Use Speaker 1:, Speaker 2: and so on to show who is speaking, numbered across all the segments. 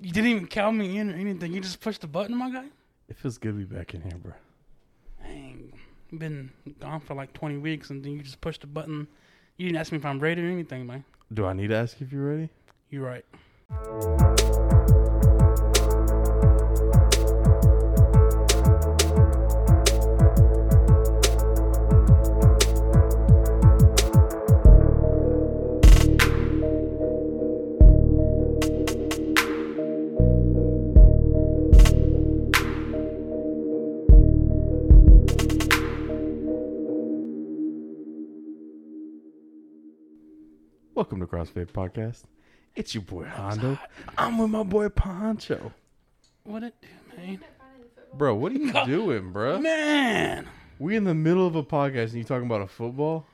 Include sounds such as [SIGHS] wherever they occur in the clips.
Speaker 1: You didn't even count me in or anything. You just pushed the button, my guy.
Speaker 2: It feels good to be back in here, bro.
Speaker 1: Dang, You've been gone for like 20 weeks, and then you just pushed the button. You didn't ask me if I'm ready or anything, man.
Speaker 2: Do I need to ask if you're ready?
Speaker 1: You're right.
Speaker 2: Welcome to CrossFit Podcast. It's your boy Hondo. I'm with my boy Poncho.
Speaker 1: What it do, man?
Speaker 2: Bro, what
Speaker 1: [LAUGHS]
Speaker 2: are you doing, bro?
Speaker 1: Man,
Speaker 2: We in the middle of a podcast and you talking about a football?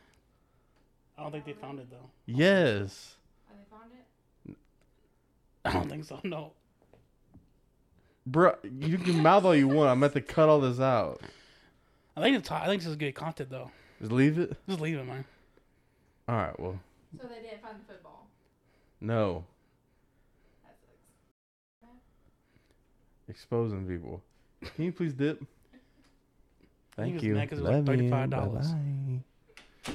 Speaker 1: I don't think they found it though.
Speaker 2: Yes.
Speaker 1: I don't think so. No.
Speaker 2: Bro, you can mouth all you want. I'm about to cut all this out.
Speaker 1: I think it's. I think this is good content though.
Speaker 2: Just leave it.
Speaker 1: Just leave it, man.
Speaker 2: All right, well,
Speaker 3: So they didn't find the football.
Speaker 2: no.
Speaker 3: That sucks.
Speaker 2: Exposing people. Can you please dip?
Speaker 1: He
Speaker 2: Thank
Speaker 1: was
Speaker 2: you.
Speaker 1: mad 'cause it was like
Speaker 2: Love you.
Speaker 1: $35.
Speaker 2: Bye-bye.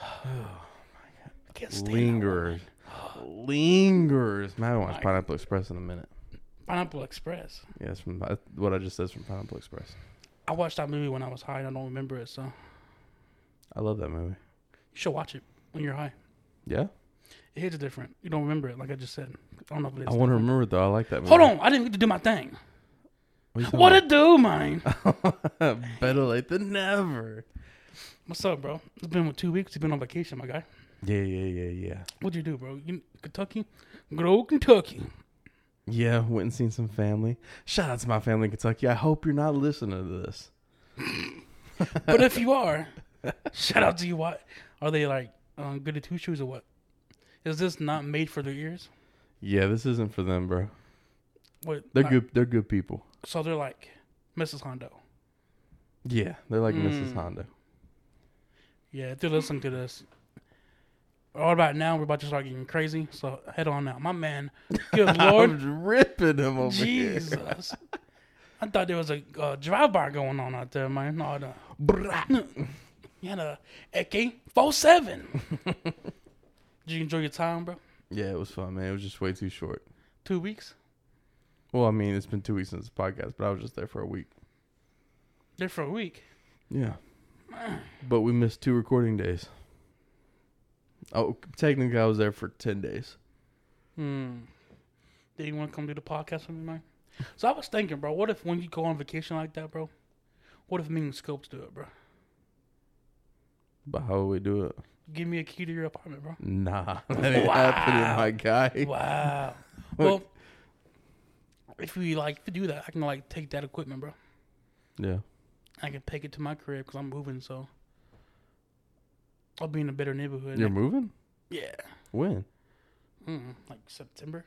Speaker 1: I can't stand that one.
Speaker 2: Lingers.
Speaker 1: [GASPS]
Speaker 2: Lingers. Man, I want
Speaker 1: Like-
Speaker 2: Pineapple Express in a minute.
Speaker 1: Pineapple Express.
Speaker 2: Yeah, it's from that's what I just said is from Pineapple Express.
Speaker 1: I watched that movie when I was high, and I don't remember it. So you
Speaker 2: I love that movie.
Speaker 1: should watch it when you're high.
Speaker 2: Yeah,
Speaker 1: It hits different. You don't remember it, like I just said. I don't know if it is.
Speaker 2: I want to remember it, though. I like that movie.
Speaker 1: Hold on, I didn't get to do my thing. What it do, man?
Speaker 2: a [LAUGHS] better late than never.
Speaker 1: What's up, bro? It's been what, two weeks. You've been on vacation, my guy.
Speaker 2: Yeah, yeah, yeah, yeah.
Speaker 1: What'd you do, bro? You Kentucky? Grow Kentucky.
Speaker 2: Yeah, went and seen some family. Shout out to my family in Kentucky. I hope you're not listening to this.
Speaker 1: But if you
Speaker 2: [LAUGHS]
Speaker 1: are, shout out to you. What are they like? Um, good at two shoes or what? Is this not made for their ears?
Speaker 2: Yeah, this isn't for them, bro.
Speaker 1: What?
Speaker 2: They're
Speaker 1: like-
Speaker 2: good. They're good people.
Speaker 1: So they're like Mrs. Hondo.
Speaker 2: Yeah, they're like Mrs.
Speaker 1: Mm.
Speaker 2: Honda. [LAUGHS]
Speaker 1: Yeah, if you're listening to this, all about now we're about to start getting crazy. So head on out, my man.
Speaker 2: [LAUGHS]
Speaker 1: Good lord,
Speaker 2: I'm ripping them over here.
Speaker 1: Jesus! I thought there was a uh, drive-by going on out there, man. No, no.
Speaker 2: Brah.
Speaker 1: you had a AK four seven. [LAUGHS] Did you enjoy your time, bro?
Speaker 2: Yeah, it was fun, man. It was just way too short.
Speaker 1: Two weeks.
Speaker 2: Well, I mean, it's been two weeks since the podcast, but I was just there for a week.
Speaker 1: There for a week.
Speaker 2: Yeah. [CLEARS THROAT] But we missed two recording days. Oh, technically, I was there for 10 days.
Speaker 1: Hmm. Then you want to come do the podcast with me, man? So I was thinking, bro, what if when you go on vacation like that, bro? What if me and Scopes do it, bro?
Speaker 2: But how would we do it?
Speaker 1: Give me a key to your apartment, bro.
Speaker 2: Nah, [LAUGHS] that ain't
Speaker 1: Wow.
Speaker 2: happening, my guy.
Speaker 1: [LAUGHS] Wow.
Speaker 2: [LAUGHS]
Speaker 1: well, if we like do that, I can like take that equipment, bro.
Speaker 2: Yeah.
Speaker 1: I can take it to my crib because I'm moving, so I'll be in a better neighborhood.
Speaker 2: You're moving?
Speaker 1: yeah.
Speaker 2: When?
Speaker 1: Mm, like September,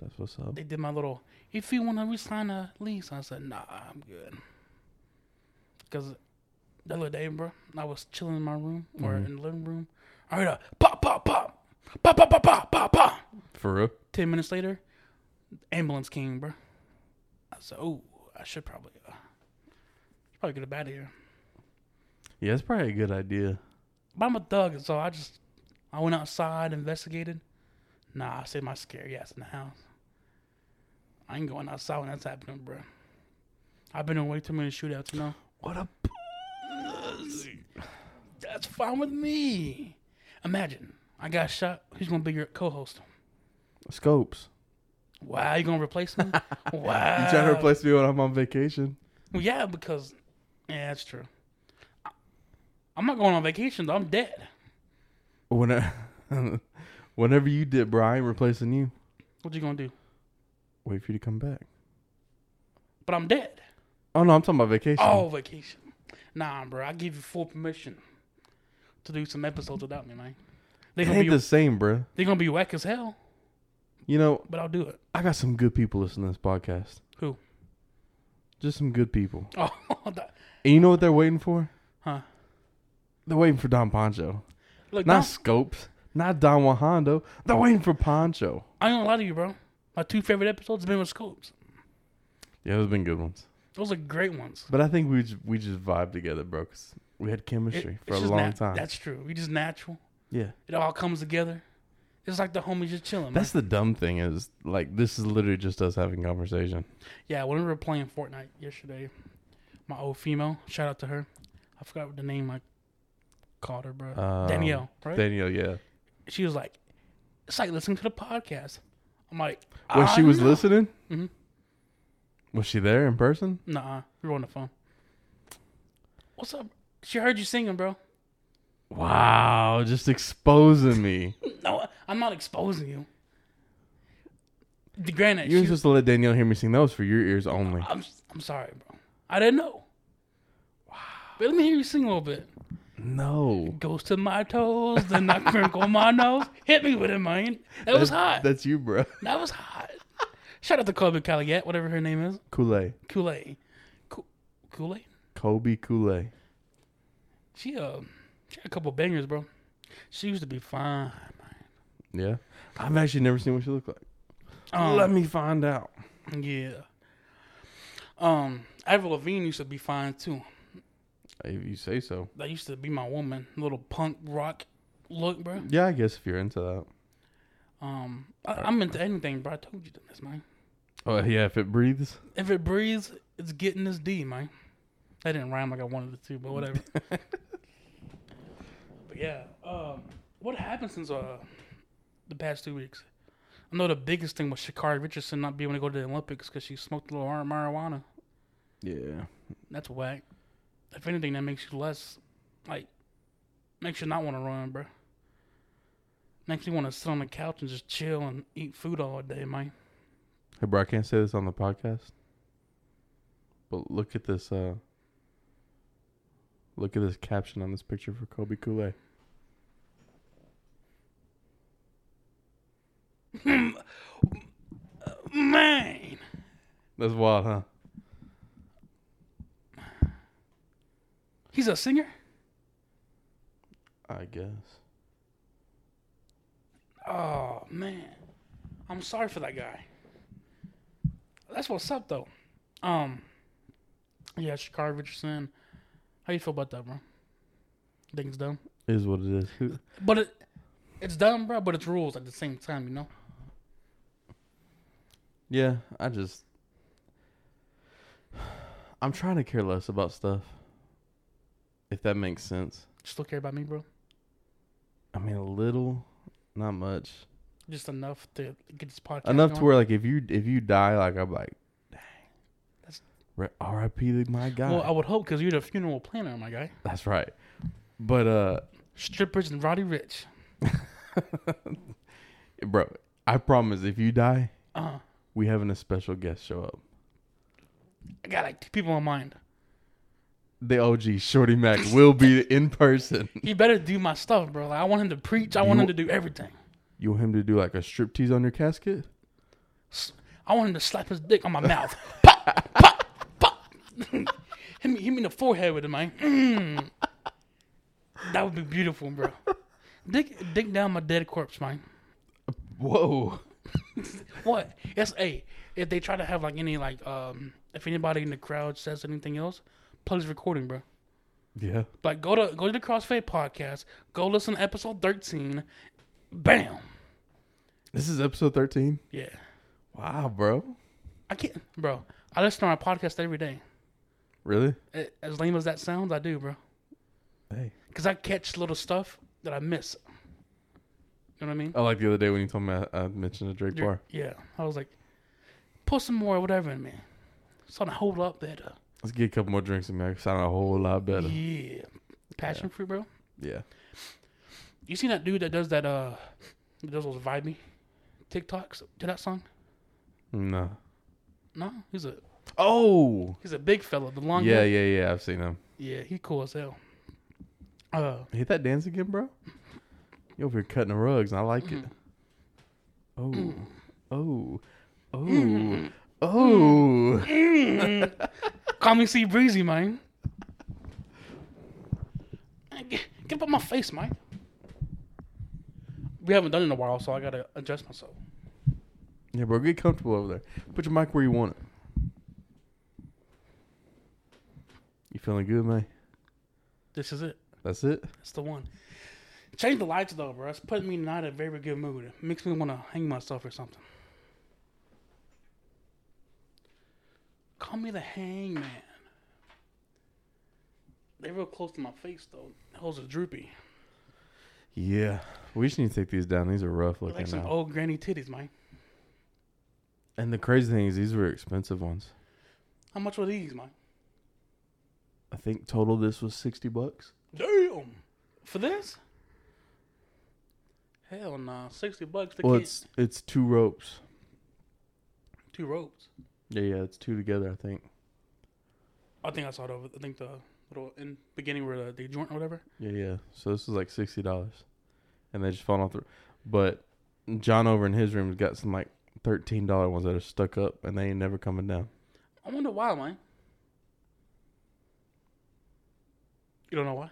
Speaker 2: That's what's up.
Speaker 1: they did my little. If you want to resign a lease, I said nah, I'm good. Because the other day, bro, I was chilling in my room or
Speaker 2: Mhm.
Speaker 1: in the living room. I heard a pop, pop, pop, pop, pop, pop, pop, pop, pop.
Speaker 2: For real?
Speaker 1: Ten minutes later, ambulance came, bro. I said, "Oh, I should probably, uh, should probably get up out of here."
Speaker 2: Yeah, it's probably a good idea.
Speaker 1: But I'm a thug, so I just, I went outside, investigated. Nah, I said my scary ass in the house. I ain't going outside when that's happening, bro. I've been in way too many shootouts, you know.
Speaker 2: What a. pussy.
Speaker 1: That's fine with me. Imagine I got shot. Who's gonna be your co-host?
Speaker 2: Scopes.
Speaker 1: Wow, you gonna replace me? wow,
Speaker 2: You trying to replace me when I'm on vacation?
Speaker 1: Well, yeah, because yeah, that's true. I- I'm not going on vacation though. I'm dead.
Speaker 2: Whenever, [LAUGHS] whenever you did, bro, I ain't replacing you.
Speaker 1: What you gonna do?
Speaker 2: Wait for you to come back.
Speaker 1: But I'm dead.
Speaker 2: Oh, no, I'm talking about vacation.
Speaker 1: Oh, vacation. Nah, bro. I give you full permission to do some episodes without me, man. They
Speaker 2: it
Speaker 1: gonna
Speaker 2: ain't
Speaker 1: be
Speaker 2: the same, bro.
Speaker 1: they gonna be whack as hell,
Speaker 2: You know,
Speaker 1: but I'll do it. [LAUGHS]
Speaker 2: I got some good people listening to this podcast.
Speaker 1: Who?
Speaker 2: Just some good people.
Speaker 1: Oh, that-
Speaker 2: And you know what they're waiting for?
Speaker 1: Huh.
Speaker 2: They're waiting for Don Poncho.
Speaker 1: look,
Speaker 2: Not
Speaker 1: Don,
Speaker 2: Scopes. Not Don Juan Hondo. They're waiting for Poncho.
Speaker 1: I ain't gonna lie to you, bro. My two favorite episodes have been with Scoops.
Speaker 2: Yeah, those have been good ones.
Speaker 1: Those are great ones.
Speaker 2: But I think we just, we just vibe together, bro. 'cause we had
Speaker 1: It-
Speaker 2: chemistry
Speaker 1: it's
Speaker 2: for a
Speaker 1: just
Speaker 2: long
Speaker 1: nat-
Speaker 2: time.
Speaker 1: That's true. We just natural.
Speaker 2: yeah.
Speaker 1: It all comes together. It's like the homies just chilling.
Speaker 2: That's
Speaker 1: That's
Speaker 2: the dumb thing is like this is literally just us having conversation.
Speaker 1: yeah. When we were playing Fortnite yesterday, my old female, shout out to her. I forgot what the name I called her, bro.
Speaker 2: Um,
Speaker 1: Danielle, right?
Speaker 2: Danielle, yeah.
Speaker 1: she was like, "It's like listening to the podcast." I'm like, "Ah,
Speaker 2: When she
Speaker 1: "I
Speaker 2: was
Speaker 1: know." Mm-hmm.
Speaker 2: listening,
Speaker 1: Mhm.
Speaker 2: was she there in person?
Speaker 1: Nah, we were on the phone. What's up? She heard you singing, bro.
Speaker 2: Wow, just exposing me.
Speaker 1: No, I'm not exposing you. The granted,
Speaker 2: you were
Speaker 1: she-
Speaker 2: supposed to let Danielle hear me sing. That was for your ears only.
Speaker 1: I'm I'm sorry, bro. I didn't know. Wow. But let me hear you sing a little bit.
Speaker 2: No.
Speaker 1: Goes to my toes, then
Speaker 2: [LAUGHS]
Speaker 1: I crinkle my nose. Hit me with it, man. That was hot.
Speaker 2: That's you, bro.
Speaker 1: That was hot. Shout out to Kobe Caligette, whatever her name is.
Speaker 2: Kool-Aid.
Speaker 1: Kool-Aid. Ko- Kool-Aid?
Speaker 2: Kobe Kool-Aid.
Speaker 1: She uh, she had a couple bangers, bro. She used to be fine.
Speaker 2: Yeah. I've actually never seen what she looked like.
Speaker 1: Um,
Speaker 2: let me find out.
Speaker 1: Yeah. Um, Avril Lavigne used to be fine too.
Speaker 2: If you say so.
Speaker 1: That used to be my woman, little punk rock look, bro.
Speaker 2: Yeah, I guess if you're into that.
Speaker 1: Um, I, I'm into anything, bro. I told you this, man.
Speaker 2: Oh yeah, if it breathes.
Speaker 1: If it breathes, it's getting this D, man. That didn't rhyme like I wanted it to, but whatever. but yeah, um, what happened since uh the past two weeks? I know the biggest thing was Shakari Richardson not being able to go to the Olympics because she smoked a little mar- marijuana.
Speaker 2: Yeah.
Speaker 1: That's whack. If anything, that makes you less, like, makes you not want to run, bro. Makes you want to sit on the couch and just chill and eat food all day, man.
Speaker 2: Hey, bro, I can't say this on the podcast. But look at this. uh Look at this caption on this picture for Kobe Kool-Aid.
Speaker 1: Man,
Speaker 2: That's wild, huh?
Speaker 1: he's a singer.
Speaker 2: I guess.
Speaker 1: Oh man, I'm sorry for that guy. That's what's up though. Um, yeah, Shakari Richardson. How you feel about that, bro? Think it's dumb,
Speaker 2: Is what it is. Who-
Speaker 1: but it it's dumb, bro. But it's rules at the same time, you know.
Speaker 2: Yeah, I just [SIGHS] I'm trying to care less about stuff. If that makes sense.
Speaker 1: Just don't care about me, bro.
Speaker 2: I mean a little, not much.
Speaker 1: Just enough to get this podcast
Speaker 2: Enough to
Speaker 1: going.
Speaker 2: where like if you if you die, like I'm like dang.
Speaker 1: That's-
Speaker 2: Re- R.I.P. my guy.
Speaker 1: Well, I would hope because you're the funeral planner, my guy.
Speaker 2: That's right. But uh
Speaker 1: Strippers and Roddy Rich.
Speaker 2: bro, I promise if you die,
Speaker 1: Uh,
Speaker 2: we having a special guest show up.
Speaker 1: I got like two people in mind.
Speaker 2: The OG
Speaker 1: [LAUGHS]
Speaker 2: Shorty Mac will be in person.
Speaker 1: He better do my stuff, bro. Like, I want him to preach. I want
Speaker 2: You-
Speaker 1: him to do everything.
Speaker 2: You want him to do like a striptease on your casket?
Speaker 1: S- I want him to slap his dick on my mouth. [LAUGHS] pop, pop, pop. [LAUGHS] hit, me, hit me in the forehead with it, man. Mm. That would be beautiful, bro. Dick, dick down my dead corpse, man.
Speaker 2: Whoa.
Speaker 1: What? Yes, hey. If they try to have like any like um, if anybody in the crowd says anything else, play this recording, bro.
Speaker 2: Yeah.
Speaker 1: Like go to go to the CrossFit podcast. Go listen to episode thirteen. Bam.
Speaker 2: This is episode 13.
Speaker 1: Yeah.
Speaker 2: Wow, bro.
Speaker 1: I can't, bro. I listen to our podcast every day.
Speaker 2: Really?
Speaker 1: A- As lame as that sounds, I do, bro.
Speaker 2: Hey.
Speaker 1: Cause I catch little stuff that I miss. You know what I mean?
Speaker 2: I like the other day when you told me I, I mentioned a Drake
Speaker 1: You're-
Speaker 2: bar.
Speaker 1: Yeah. I was like, put some more, whatever, in me. So I hold up uh, better.
Speaker 2: Let's get a couple more drinks in there. Sound a whole lot better.
Speaker 1: Yeah. Passion fruit, bro.
Speaker 2: Yeah.
Speaker 1: You seen that dude that does that? Uh, that does those vibey TikToks to that song?
Speaker 2: No.
Speaker 1: No, he's a
Speaker 2: Oh.
Speaker 1: he's a big fella, the long
Speaker 2: Yeah,
Speaker 1: hair-
Speaker 2: yeah, yeah. I've seen him.
Speaker 1: Yeah, he cool as hell. Uh,
Speaker 2: Hit that dance again, bro. You over here cutting the rugs, and I like it.
Speaker 1: Mm-hmm.
Speaker 2: Oh, oh, oh, oh.
Speaker 1: Mm-hmm. call me C Breezy, man. Get, get up on my face, Mike. we haven't done it in a while, so I gotta adjust myself.
Speaker 2: Yeah, bro, get comfortable over there. Put your mic where you want it. You feeling good, man?
Speaker 1: This is it.
Speaker 2: That's it.
Speaker 1: That's the one. Change the lights though, bro. It's putting me not in a very good mood. It makes me want to hang myself or something. Call me the hangman. They're real close to my face though. Those are droopy.
Speaker 2: Yeah, we just need to take these down. These are rough looking
Speaker 1: like some
Speaker 2: now.
Speaker 1: old granny titties, man.
Speaker 2: and the crazy thing is, these were expensive ones.
Speaker 1: How much were these, man?
Speaker 2: I think total this was sixty bucks.
Speaker 1: Damn. For this? Hell nah. Sixty bucks to
Speaker 2: Well,
Speaker 1: get
Speaker 2: it's it's two ropes.
Speaker 1: two ropes.
Speaker 2: Yeah, yeah, it's two together. I think.
Speaker 1: I think I saw it over. I think the little in beginning where the, the joint or whatever.
Speaker 2: Yeah, yeah. So this was like sixty dollars, and they just fall off the. But John over in his room's got some like thirteen dollar ones that are stuck up, and they ain't never coming down.
Speaker 1: I wonder why, man. You don't know why?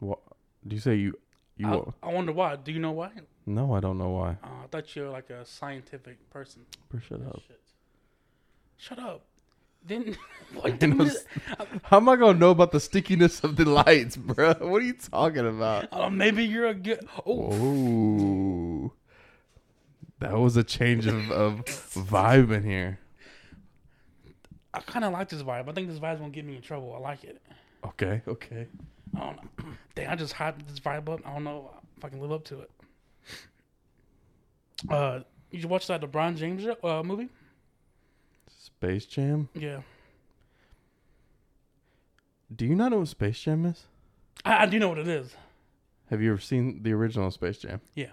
Speaker 2: What? Do you say you? You?
Speaker 1: I,
Speaker 2: wa-
Speaker 1: I wonder why. Do you know why?
Speaker 2: no, I don't know why.
Speaker 1: Uh, I thought you were like a scientific person.
Speaker 2: Bro, Shut up.
Speaker 1: Shit. Shut up. Then [LAUGHS]
Speaker 2: I
Speaker 1: what
Speaker 2: [LAUGHS]
Speaker 1: the
Speaker 2: know-
Speaker 1: minute-
Speaker 2: How am I gonna know about the stickiness of the lights, [LAUGHS] bro? What are you talking about?
Speaker 1: uh, maybe you're a good. Oh,
Speaker 2: Oh, that was a change of, of vibe in here.
Speaker 1: I kind of like this vibe. I think this vibe won't get me in trouble. I like it.
Speaker 2: Okay, okay.
Speaker 1: I don't know. [CLEARS THROAT] Dang, I just hyped this vibe up. I don't know if I can live up to it. Uh, you watch that LeBron James uh, movie?
Speaker 2: Space Jam.
Speaker 1: Yeah,
Speaker 2: Do you not know what Space Jam is?
Speaker 1: I, I do know what it is.
Speaker 2: Have you ever seen the original Space Jam?
Speaker 1: Yeah.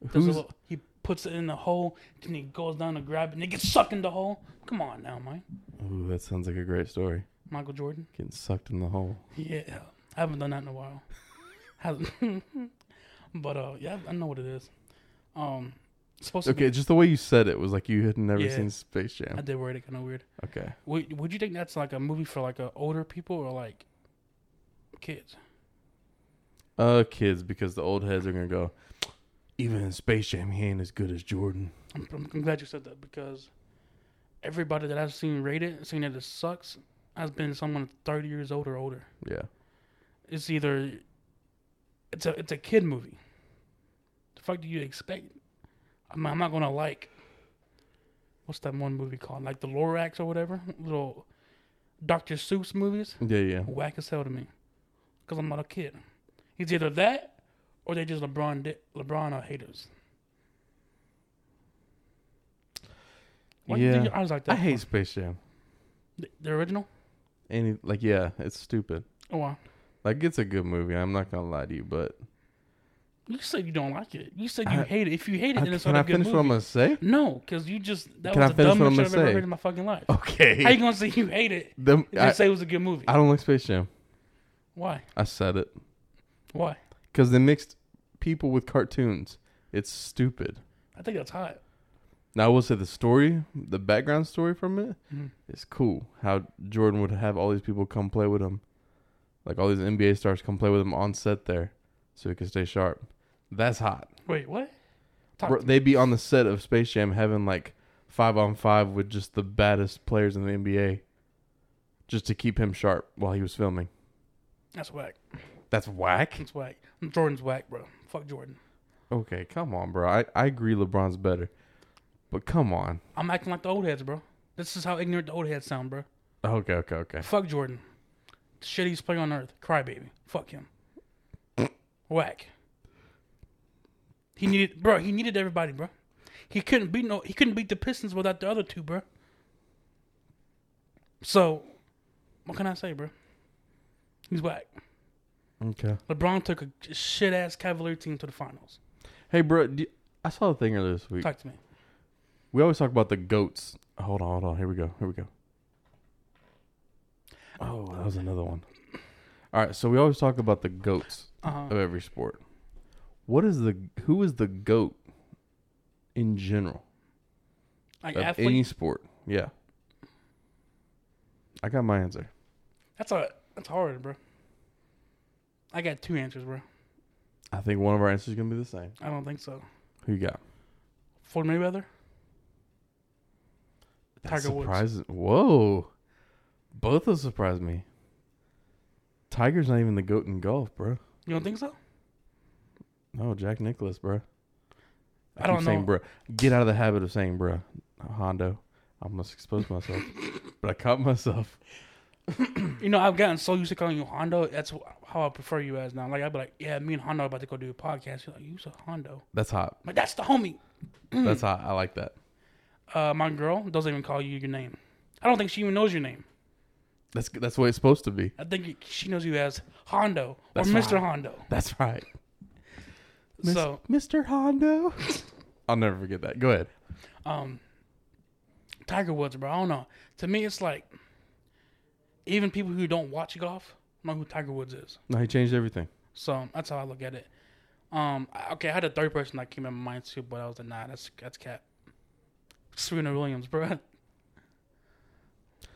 Speaker 1: There's a
Speaker 2: Who's
Speaker 1: little- he puts it in the hole, then he goes down to grab it, and it gets sucked in the hole. Come on now, Mike.
Speaker 2: Ooh, that sounds like a great story.
Speaker 1: Michael Jordan.
Speaker 2: Getting sucked in the hole.
Speaker 1: Yeah, I haven't done that in a while. [LAUGHS] Hasn't. [LAUGHS] but uh, yeah, I know what it is. Um, it's supposed
Speaker 2: Okay,
Speaker 1: to.
Speaker 2: just the way you said it was like you had never
Speaker 1: Yeah.
Speaker 2: seen Space
Speaker 1: Be, I
Speaker 2: Jam.
Speaker 1: did word it kind of weird.
Speaker 2: Okay.
Speaker 1: Would Would you think that's like a movie for like uh, older people or like kids?
Speaker 2: Uh, kids, because the old heads are gonna go. Even in Space Jam, he ain't as good as Jordan.
Speaker 1: I'm, I'm, I'm glad you said that because everybody that I've seen rate it, seen that it sucks, has been someone 30 years old or older.
Speaker 2: Yeah.
Speaker 1: it's either it's a it's a kid movie. The fuck do you expect? I'm, I'm not gonna like what's that one movie called? Like the Lorax or whatever, little Dr. Seuss movies.
Speaker 2: Yeah, yeah.
Speaker 1: Whack as hell to me, cause I'm not a kid. It's either that or they just LeBron di- LeBron are haters. Why you do
Speaker 2: Yeah.
Speaker 1: your eyes like that?
Speaker 2: I hate Space Jam.
Speaker 1: the, the original.
Speaker 2: Any like, yeah, it's stupid.
Speaker 1: Oh wow.
Speaker 2: Like, it's a good movie. I'm not gonna lie to you, but
Speaker 1: You said you don't like it. You said you
Speaker 2: I-
Speaker 1: hate it. If you hate it,
Speaker 2: I-
Speaker 1: then it's
Speaker 2: can
Speaker 1: not a
Speaker 2: I
Speaker 1: good
Speaker 2: finish
Speaker 1: movie.
Speaker 2: what I'm gonna say? [LAUGHS]
Speaker 1: No, because you just that
Speaker 2: Can
Speaker 1: was
Speaker 2: I
Speaker 1: the
Speaker 2: finish what
Speaker 1: dumbest shit
Speaker 2: I'm gonna
Speaker 1: I've ever
Speaker 2: say?
Speaker 1: heard in my fucking life. How you
Speaker 2: Okay.
Speaker 1: gonna say you hate it
Speaker 2: Them-
Speaker 1: and
Speaker 2: I,
Speaker 1: say it was a good movie?
Speaker 2: I don't like Space Jam.
Speaker 1: Why?
Speaker 2: I said it
Speaker 1: Why?
Speaker 2: because they mixed people with cartoons. It's stupid.
Speaker 1: I think that's hot.
Speaker 2: Now I will say the story, the background story from it,
Speaker 1: Mhm.
Speaker 2: it's cool. How Jordan would have all these people come play with him, like all these NBA stars come play with him on set there, so he could stay sharp. That's hot.
Speaker 1: Wait, what? Talk
Speaker 2: Bro,
Speaker 1: to me.
Speaker 2: they'd be on the set of Space Jam having like five on five with just the baddest players in the NBA, just to keep him sharp while he was filming.
Speaker 1: That's whack.
Speaker 2: That's whack.
Speaker 1: That's whack. Jordan's whack, bro. Fuck Jordan.
Speaker 2: Okay, come on, bro. I, I agree LeBron's better, but come on.
Speaker 1: I'm acting like the old heads, bro. This is how ignorant the old heads sound, bro.
Speaker 2: Okay, okay, okay.
Speaker 1: Fuck Jordan. Shit he's playing on earth. Crybaby. Fuck him. Whack. He needed bro, he needed everybody, bro. He couldn't beat no he couldn't beat the Pistons without the other two, bro. So what can I say, bro? He's whack.
Speaker 2: Okay.
Speaker 1: LeBron took a shit ass Cavalier team to the finals.
Speaker 2: Hey, bro. Do I saw a thing earlier this week.
Speaker 1: Talk to me.
Speaker 2: We always talk about the goats. Hold on, hold on. Here we go. Here we go. Oh, that was another one. All right, so we always talk about the goats
Speaker 1: Uh
Speaker 2: of every sport. What is the who is the goat in general
Speaker 1: like
Speaker 2: of
Speaker 1: athlete.
Speaker 2: uh, any sport? Yeah. I got my answer.
Speaker 1: that's a that's hard, bro. I got two answers, bro.
Speaker 2: I think one of our answers is gonna be the same.
Speaker 1: I don't think so.
Speaker 2: Who you got?
Speaker 1: Floyd Mayweather? Tiger Woods.
Speaker 2: surprises. Whoa, both those surprised me. Tiger's not even the goat in golf, bro.
Speaker 1: You don't think so?
Speaker 2: No, Jack Nicholas, bro.
Speaker 1: I don't
Speaker 2: saying,
Speaker 1: know.
Speaker 2: bro. Get out of the habit of saying, bro. Hondo. I almost
Speaker 1: [LAUGHS]
Speaker 2: exposed myself, but I caught myself.
Speaker 1: You know, I've gotten so used to calling you Hondo. That's wh- how I prefer you as now. Like, I'd be like, yeah, me and Hondo are about to go do a podcast. You're like, you's a Hondo.
Speaker 2: That's hot.
Speaker 1: But that's the homie.
Speaker 2: That's hot. I like that.
Speaker 1: Uh, my girl doesn't even call you your name. I don't think she even knows your name.
Speaker 2: That's that's what it's supposed to be.
Speaker 1: I think she knows you as Hondo or
Speaker 2: That's
Speaker 1: Mr.
Speaker 2: right.
Speaker 1: Hondo.
Speaker 2: That's right. Mis-
Speaker 1: So-
Speaker 2: Mr. Hondo. I'll never forget that. Go ahead.
Speaker 1: um Tiger Woods, bro. I don't know. To me, it's like even people who don't watch golf know who Tiger Woods is.
Speaker 2: No, he changed everything.
Speaker 1: So that's how I look at it. Um, I- okay, I had a third person that came in my mind too, but I was like, nah, that's that's cat. Serena Williams, bro. [LAUGHS]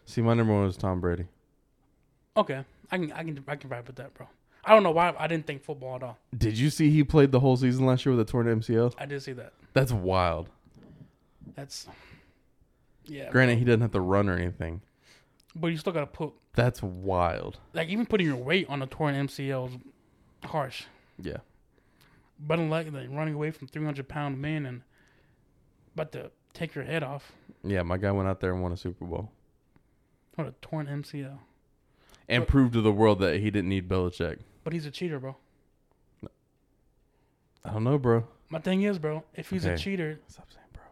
Speaker 2: See, my number one was Tom Brady.
Speaker 1: Okay, I can I can I can vibe with that, bro. I don't know why I didn't think football at all.
Speaker 2: Did you see he played the whole season last year with a torn MCL?
Speaker 1: I did see that.
Speaker 2: That's wild.
Speaker 1: That's yeah,
Speaker 2: Granted, he doesn't have to run or anything.
Speaker 1: but you still gotta put
Speaker 2: That's wild.
Speaker 1: like even putting your weight on a torn MCL is harsh.
Speaker 2: Yeah.
Speaker 1: better luck than running away from 300 pound men and about to take your head off
Speaker 2: Yeah, my guy went out there and won a Super Bowl
Speaker 1: on a torn MCL.
Speaker 2: and proved to the world that he didn't need Belichick.
Speaker 1: But he's a cheater, bro.
Speaker 2: I don't know, bro.
Speaker 1: My thing is, bro, if he's a
Speaker 2: Okay.
Speaker 1: cheater,
Speaker 2: Stop saying, bro.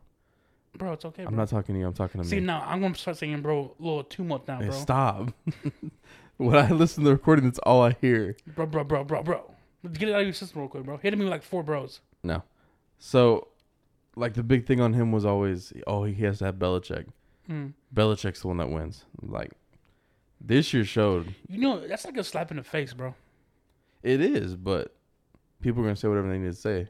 Speaker 1: bro, it's okay, bro.
Speaker 2: I'm not talking to you. I'm talking to
Speaker 1: See,
Speaker 2: me.
Speaker 1: now I'm going to start saying, bro, a little too much now,
Speaker 2: Hey,
Speaker 1: bro.
Speaker 2: [LAUGHS] stop. when I listen to the recording, that's all I hear.
Speaker 1: Bro, bro, bro, bro, bro. Get it out of your system real quick, bro. Hit me with like four bros.
Speaker 2: No. So, like, the big thing on him was always, oh, he has to have Belichick.
Speaker 1: Mm.
Speaker 2: Belichick's the one that wins. Like, this year showed
Speaker 1: You know, that's like a slap in the face, bro.
Speaker 2: it is, but people are going to say whatever they need to say.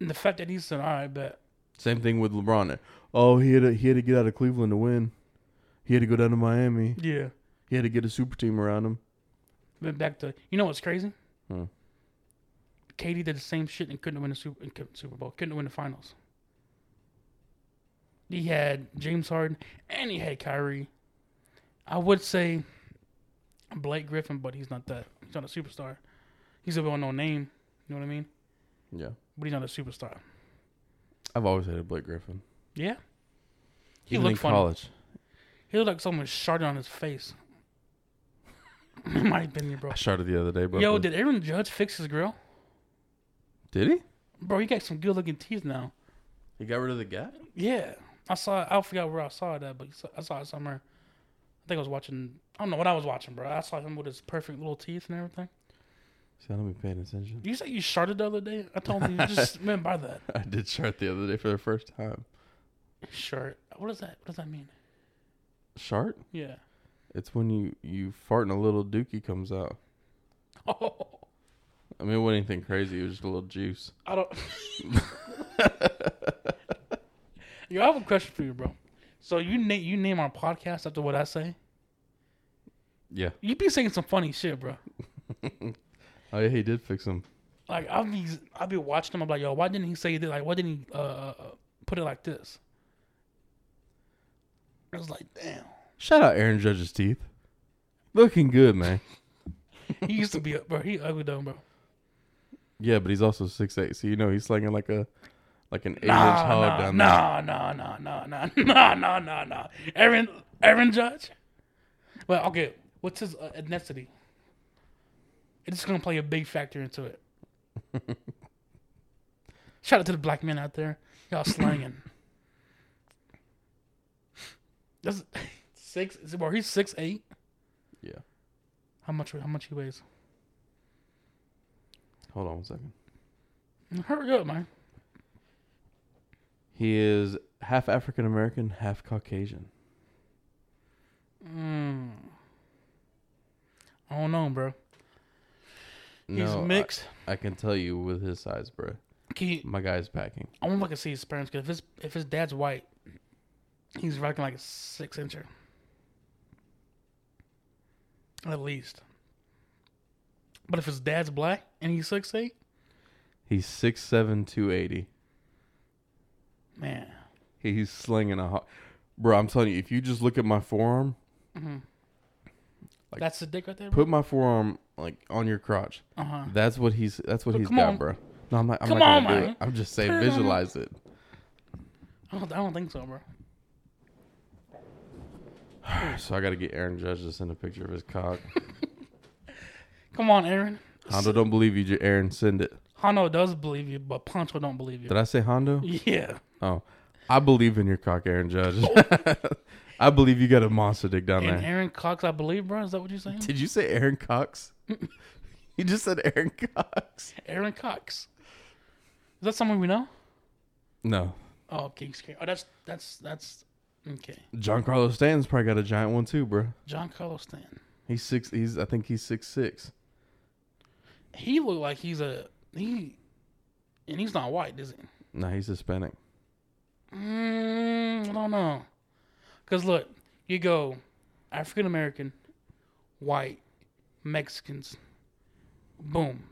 Speaker 1: And the fact that he said, all right, bet.
Speaker 2: Same thing with LeBron. Oh, he had to, he had to get out of Cleveland to win. He had to go down to Miami.
Speaker 1: Yeah.
Speaker 2: He had to get a super team around him.
Speaker 1: But back to, you know what's crazy?
Speaker 2: Hmm.
Speaker 1: Katie did the same shit and couldn't win the Super, and couldn't- Super Bowl. Couldn't win the finals. He had James Harden and he had Kyrie. I would say Blake Griffin, but he's not that. He's not a superstar. He's a well-known name. You know what I mean?
Speaker 2: Yeah.
Speaker 1: But he's not a superstar.
Speaker 2: I've always hated Blake Griffin.
Speaker 1: Yeah. He
Speaker 2: Even in
Speaker 1: looked funny.
Speaker 2: college.
Speaker 1: He looked like someone sharted on his face. [LAUGHS] In my opinion, bro.
Speaker 2: I shouted the other day, bro.
Speaker 1: Yo, did Aaron Judge fix his grill?
Speaker 2: Did he?
Speaker 1: Bro, he got some good-looking teeth now.
Speaker 2: He got rid of the gap?
Speaker 1: Yeah, I saw. I forgot where I saw that, but I saw it somewhere. I think I was watching. I don't know what I was watching, bro. I saw him with his perfect little teeth and everything.
Speaker 2: See, I don't be paying attention. [LAUGHS]
Speaker 1: You said you sharted the other day. I told [LAUGHS] you, you just meant by that
Speaker 2: I did shart the other day for the first time.
Speaker 1: shirt. What does that? What does that mean?
Speaker 2: Shart?
Speaker 1: Yeah.
Speaker 2: It's when you, you fart and a little dookie comes out.
Speaker 1: [LAUGHS] Oh,
Speaker 2: I mean, it wasn't anything crazy. It was just a little juice.
Speaker 1: I [LAUGHS] don't. Yo, I have a question for you, bro. So you name you name our podcast after what I say.
Speaker 2: Yeah.
Speaker 1: You be saying some funny shit, bro.
Speaker 2: Oh, yeah, he did fix him.
Speaker 1: Like I'll be I'll be watching him. I'm like, yo, why didn't he say this? Like, why didn't he uh, uh, uh, put it like this? I was like, damn.
Speaker 2: Shout out Aaron Judge's teeth. Looking good, man.
Speaker 1: He used to be up, bro. He ugly though, bro.
Speaker 2: Yeah, but he's also six eight, so you know he's slinging like a like an eight inch
Speaker 1: Nah, nah,
Speaker 2: hog down
Speaker 1: nah, nah, nah, nah, nah, [LAUGHS] nah, nah, nah, nah. Aaron, Aaron Judge. Well, okay. What's his uh, ethnicity? It's gonna play a big factor into
Speaker 2: [LAUGHS]
Speaker 1: it. Shout out to the black men out there, y'all slanging.
Speaker 2: [COUGHS]
Speaker 1: That's [LAUGHS] six. Is it, well, he's six eight.
Speaker 2: there. Yeah.
Speaker 1: How much? How much he weighs?
Speaker 2: Hold on one second.
Speaker 1: Hurry up, man.
Speaker 2: He is half African American, half Caucasian.
Speaker 1: Mm. I don't know, bro. He's
Speaker 2: No, I-
Speaker 1: mixed.
Speaker 2: I, can tell you with his size, bro.
Speaker 1: Can you-
Speaker 2: My guy's packing.
Speaker 1: I wonder if I can see his parents because if his if his dad's white, he's rocking like a six incher, at least. But if his dad's black and he's six eight,
Speaker 2: He's 6'7", 280.
Speaker 1: Man.
Speaker 2: He's slinging a hot. Bro, I'm telling you, if you just look at my forearm,
Speaker 1: Mhm.
Speaker 2: Like,
Speaker 1: That's the dick right there.
Speaker 2: put my forearm like on your crotch.
Speaker 1: Uh huh.
Speaker 2: That's what he's. That's what
Speaker 1: But
Speaker 2: he's
Speaker 1: come
Speaker 2: got,
Speaker 1: on.
Speaker 2: bro. No, I'm not. I'm
Speaker 1: Come
Speaker 2: not
Speaker 1: on,
Speaker 2: gonna do
Speaker 1: man.
Speaker 2: it. I'm just saying,
Speaker 1: Put it on.
Speaker 2: visualize it.
Speaker 1: I don't, I don't think so, bro.
Speaker 2: So I got to get Aaron Judge to send a picture of his cock.
Speaker 1: Come on, Aaron.
Speaker 2: Hondo don't believe you, J- Aaron. Send it.
Speaker 1: Hondo does believe you, but Pancho don't believe you.
Speaker 2: Did I say Hondo?
Speaker 1: Yeah.
Speaker 2: Oh, I believe in your cock, Aaron Judge. [LAUGHS] I believe you got a monster dick down
Speaker 1: Oh. And
Speaker 2: there.
Speaker 1: Aaron Cox, I believe, bro. Is that what you're
Speaker 2: [LAUGHS]
Speaker 1: saying?
Speaker 2: Did you say Aaron Cox? [LAUGHS] you just said Aaron Cox.
Speaker 1: Aaron Cox. Is that someone we know?
Speaker 2: No,
Speaker 1: Oh, King's Care. Oh, that's that's that's okay.
Speaker 2: John Carlos Stanton's probably got a giant one too, bro.
Speaker 1: John Carlos Stanton.
Speaker 2: He's six. He's I think he's six six.
Speaker 1: He looked like he's a he, and he's not white, is he?
Speaker 2: No, he's Hispanic.
Speaker 1: Mm, I don't know. Cause look, you go African American, white, Mexicans, boom,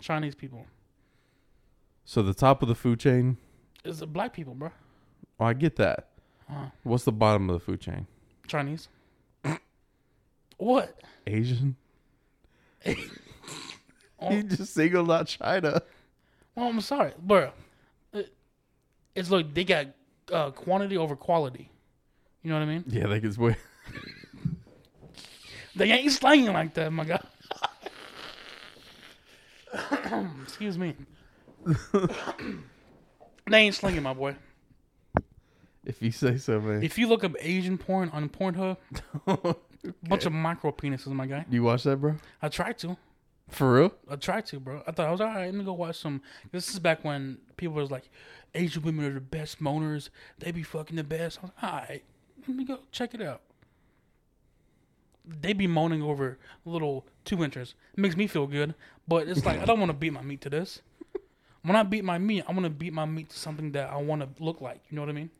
Speaker 1: Chinese people.
Speaker 2: So the top of the food chain.
Speaker 1: It's the black people, bro.
Speaker 2: Oh, I get that.
Speaker 1: Uh,
Speaker 2: What's the bottom of the food chain?
Speaker 1: Chinese. [COUGHS] what? [LAUGHS]
Speaker 2: Asian. He
Speaker 1: Oh,
Speaker 2: just singled out China.
Speaker 1: well, I'm sorry, bro. It- It's like they got uh, quantity over quality. You know what I mean?
Speaker 2: Yeah, that gets way.
Speaker 1: They ain't slanging like that, my God. Excuse me. they ain't slinging, my boy.
Speaker 2: [LAUGHS] If you say so, man.
Speaker 1: If you look up Asian porn on Pornhub, bunch of micro penises, my guy.
Speaker 2: [LAUGHS] you watch that, bro?
Speaker 1: I tried to.
Speaker 2: For real?
Speaker 1: I tried to, bro. I thought I was all right. Let me go watch some. This is back when people was like, Asian women are the best moaners. They be fucking the best. I was like, all right, let me go check it out. They be moaning over little two inches. makes me feel good, but it's like I don't want to beat my meat to this. When I beat my meat, I want to beat my meat to something that I want to look like. You know what I mean?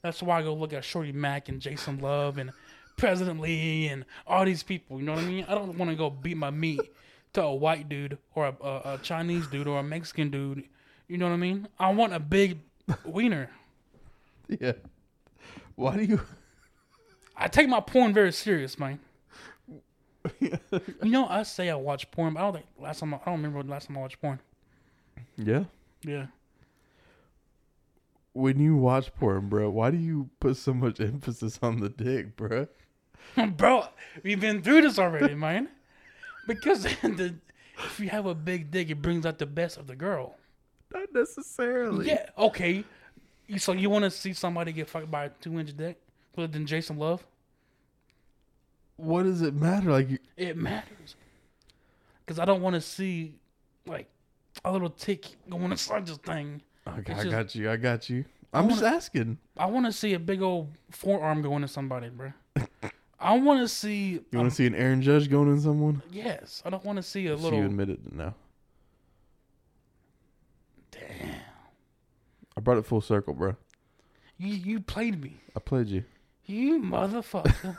Speaker 1: That's why I go look at Shorty Mack and Jason Love and President Lee and all these people. You know what I mean? I don't want to go beat my meat to a white dude or a, a, a Chinese dude or a Mexican dude. You know what I mean? I want a big wiener.
Speaker 2: Yeah. Why do you?
Speaker 1: I take my porn very serious, man. You know, I say I watch porn, but I don't think last time I, I don't remember the last time I watched porn.
Speaker 2: [LAUGHS] Yeah.
Speaker 1: Yeah,
Speaker 2: When you watch porn, bro, why do you put so much emphasis on the dick, bro?
Speaker 1: [LAUGHS] bro, we've been through this already, man. Because [LAUGHS] the, if you have a big dick, it brings out the best of the girl.
Speaker 2: Not necessarily.
Speaker 1: Yeah, okay. You- So you want to see somebody get fucked by a two inch dick other than Jason Love?
Speaker 2: What does it matter? Like, you,
Speaker 1: It matters. Because I don't want to see, like, a little tick going inside this thing.
Speaker 2: okay,
Speaker 1: It's
Speaker 2: I
Speaker 1: just-
Speaker 2: got you. I got you. I'm just asking.
Speaker 1: I want to see a big old forearm going to somebody, bro. I want to see.
Speaker 2: You want to see an Aaron Judge going in someone?
Speaker 1: Yes, I don't want to see a
Speaker 2: So you
Speaker 1: little.
Speaker 2: admitted it now.
Speaker 1: Damn,
Speaker 2: I brought it full circle, bro.
Speaker 1: you you played me,
Speaker 2: I played you.
Speaker 1: you motherfucker.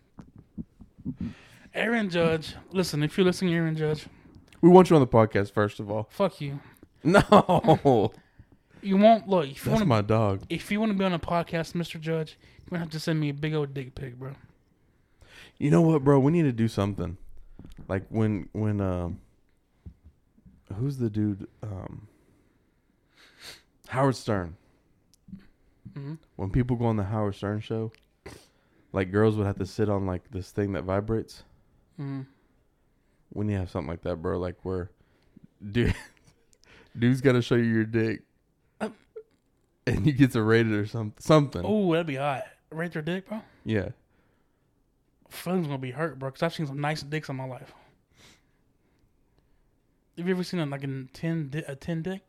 Speaker 1: [LAUGHS] Aaron Judge, listen. If you're listening, Aaron Judge,
Speaker 2: We want you on the podcast, first
Speaker 1: [LAUGHS]
Speaker 2: of all.
Speaker 1: fuck you.
Speaker 2: No,
Speaker 1: You won't look. If you want
Speaker 2: that's
Speaker 1: to
Speaker 2: my dog.
Speaker 1: if you want to be on a podcast, Mr. Judge, you're gonna have to send me a big old dick pic, bro.
Speaker 2: You know what, bro? We need to do something. Like when when um who's the dude um Howard Stern.
Speaker 1: Mhm.
Speaker 2: When people go on the Howard Stern show, like girls would have to sit on like this thing that vibrates.
Speaker 1: Mm.
Speaker 2: We need to have something like that, bro. Like where dude [LAUGHS] dude's gotta show you your dick. Uh, And you get to rate it or something something.
Speaker 1: Oh, that'd be hot. Right there, dick, bro.
Speaker 2: Yeah.
Speaker 1: Feelings gonna be hurt, bro. Cause I've seen some nice dicks in my life. Have you ever seen a, like a ten di- a ten dick?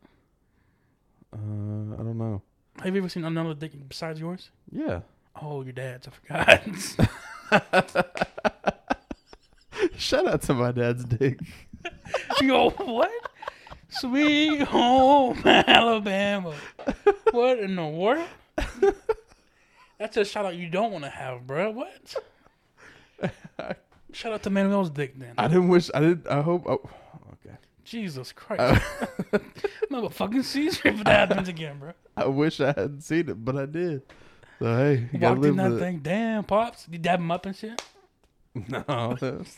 Speaker 2: Uh I don't know.
Speaker 1: Have you ever seen another dick besides yours?
Speaker 2: Yeah.
Speaker 1: Oh, your dad's. I forgot.
Speaker 2: [LAUGHS]
Speaker 1: [LAUGHS]
Speaker 2: Shout out to my dad's dick.
Speaker 1: [LAUGHS] Yo, what? Sweet home Alabama. What in the world? That's a shout out you don't want to have, bro. What? Shout out to Manuel's dick then.
Speaker 2: I didn't wish. I didn't. I hope. Oh, okay. [LAUGHS]
Speaker 1: Jesus Christ.
Speaker 2: I,
Speaker 1: I'm gonna have a fucking seizure if that happens again, bro.
Speaker 2: I wish I hadn't seen it, but I did. So hey, you gotta
Speaker 1: Walked in
Speaker 2: live
Speaker 1: that
Speaker 2: with it.
Speaker 1: thing. Damn, pops. You dab him up and shit.
Speaker 2: [LAUGHS] No, that's-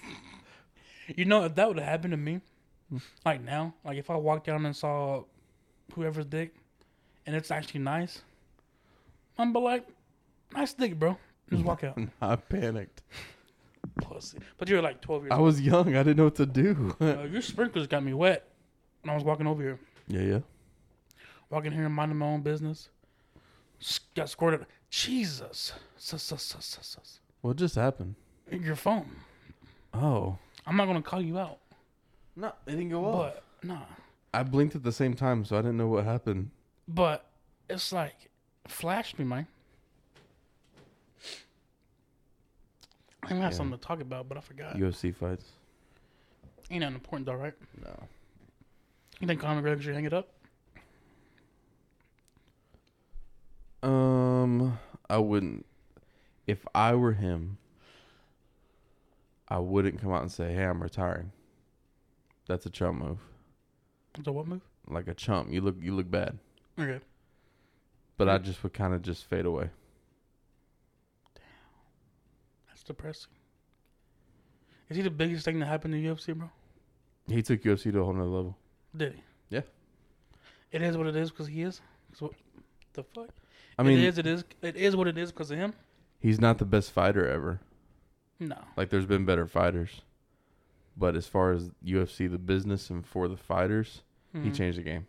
Speaker 1: You know, if that would have happened to me, like now, like if I walked down and saw whoever's dick, and it's actually nice, I'm be like, nice dick, bro. Just walk
Speaker 2: [LAUGHS]
Speaker 1: out,
Speaker 2: I panicked.
Speaker 1: pussy. But you were like 12 years
Speaker 2: I
Speaker 1: old.
Speaker 2: was young. I didn't know what to do.
Speaker 1: Uh, your sprinklers got me wet when I was walking over here,
Speaker 2: [LAUGHS] yeah, yeah.
Speaker 1: walking here, minding my own business. S- Got squirted. Jesus, Sus, sus, sus, sus, sus.
Speaker 2: What just happened?
Speaker 1: your phone.
Speaker 2: Oh,
Speaker 1: I'm not gonna call you out,
Speaker 2: no, it didn't go
Speaker 1: but nah.
Speaker 2: I blinked at the same time, so I didn't know what happened.
Speaker 1: But it's like it flashed me, man. I think I have
Speaker 2: Yeah.
Speaker 1: something to talk about, but I forgot.
Speaker 2: UFC fights.
Speaker 1: Ain't nothing important though, right?
Speaker 2: No.
Speaker 1: You think Conor McGregor should hang it up?
Speaker 2: Um, I wouldn't. If I were him, I wouldn't come out and say, "Hey, I'm retiring." That's a chump move.
Speaker 1: It's a what move?
Speaker 2: Like a chump. You look, you look bad.
Speaker 1: Okay.
Speaker 2: But I just would kind of just fade away.
Speaker 1: That's depressing. Is he the biggest thing that happened to UFC, bro?
Speaker 2: He took UFC to a whole nother level.
Speaker 1: Did he?
Speaker 2: Yeah.
Speaker 1: It is what it is because he is. 'Cause what the fuck?
Speaker 2: I mean,
Speaker 1: it is. It is. It is what it is because of him.
Speaker 2: he's not the best fighter ever.
Speaker 1: No.
Speaker 2: Like, there's been better fighters. But as far as UFC, the business and for the fighters, he
Speaker 1: Mhm.
Speaker 2: changed the game.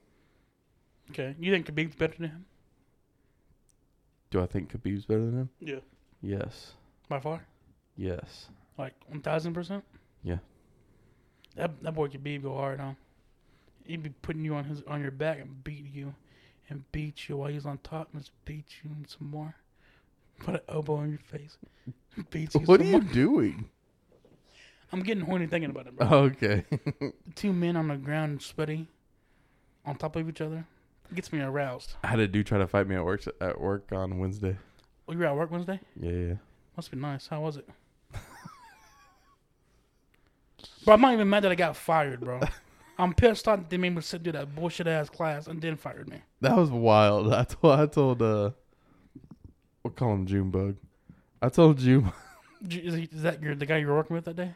Speaker 1: Okay. You think Khabib's better than him?
Speaker 2: Do I think Khabib's better than him?
Speaker 1: Yeah.
Speaker 2: Yes.
Speaker 1: By far.
Speaker 2: Yes.
Speaker 1: Like one thousand percent.
Speaker 2: Yeah.
Speaker 1: That that boy could be go hard, huh? He'd be putting you on his on your back and beat you, and beat you while he's on top and just beat you and some more. Put an elbow in your face, beat you.
Speaker 2: [LAUGHS] What are
Speaker 1: some
Speaker 2: you
Speaker 1: more. [LAUGHS]
Speaker 2: doing?
Speaker 1: I'm getting horny thinking about it, bro.
Speaker 2: Uh-huh. Okay.
Speaker 1: Two men on the ground, sweaty, on top of each other, gets me aroused.
Speaker 2: I had a dude try to fight me at work at work on Wednesday.
Speaker 1: Oh, you were at work Wednesday?
Speaker 2: Yeah, yeah.
Speaker 1: Must be nice. How was it? bro, I'm not even mad that I got fired, bro. I'm pissed off that they made me sit through that bullshit ass class and then fired me.
Speaker 2: That was wild. [LAUGHS] I told I told uh we'll call him Junebug. I told June
Speaker 1: J- Is, he, is that your, the guy you were working with that day?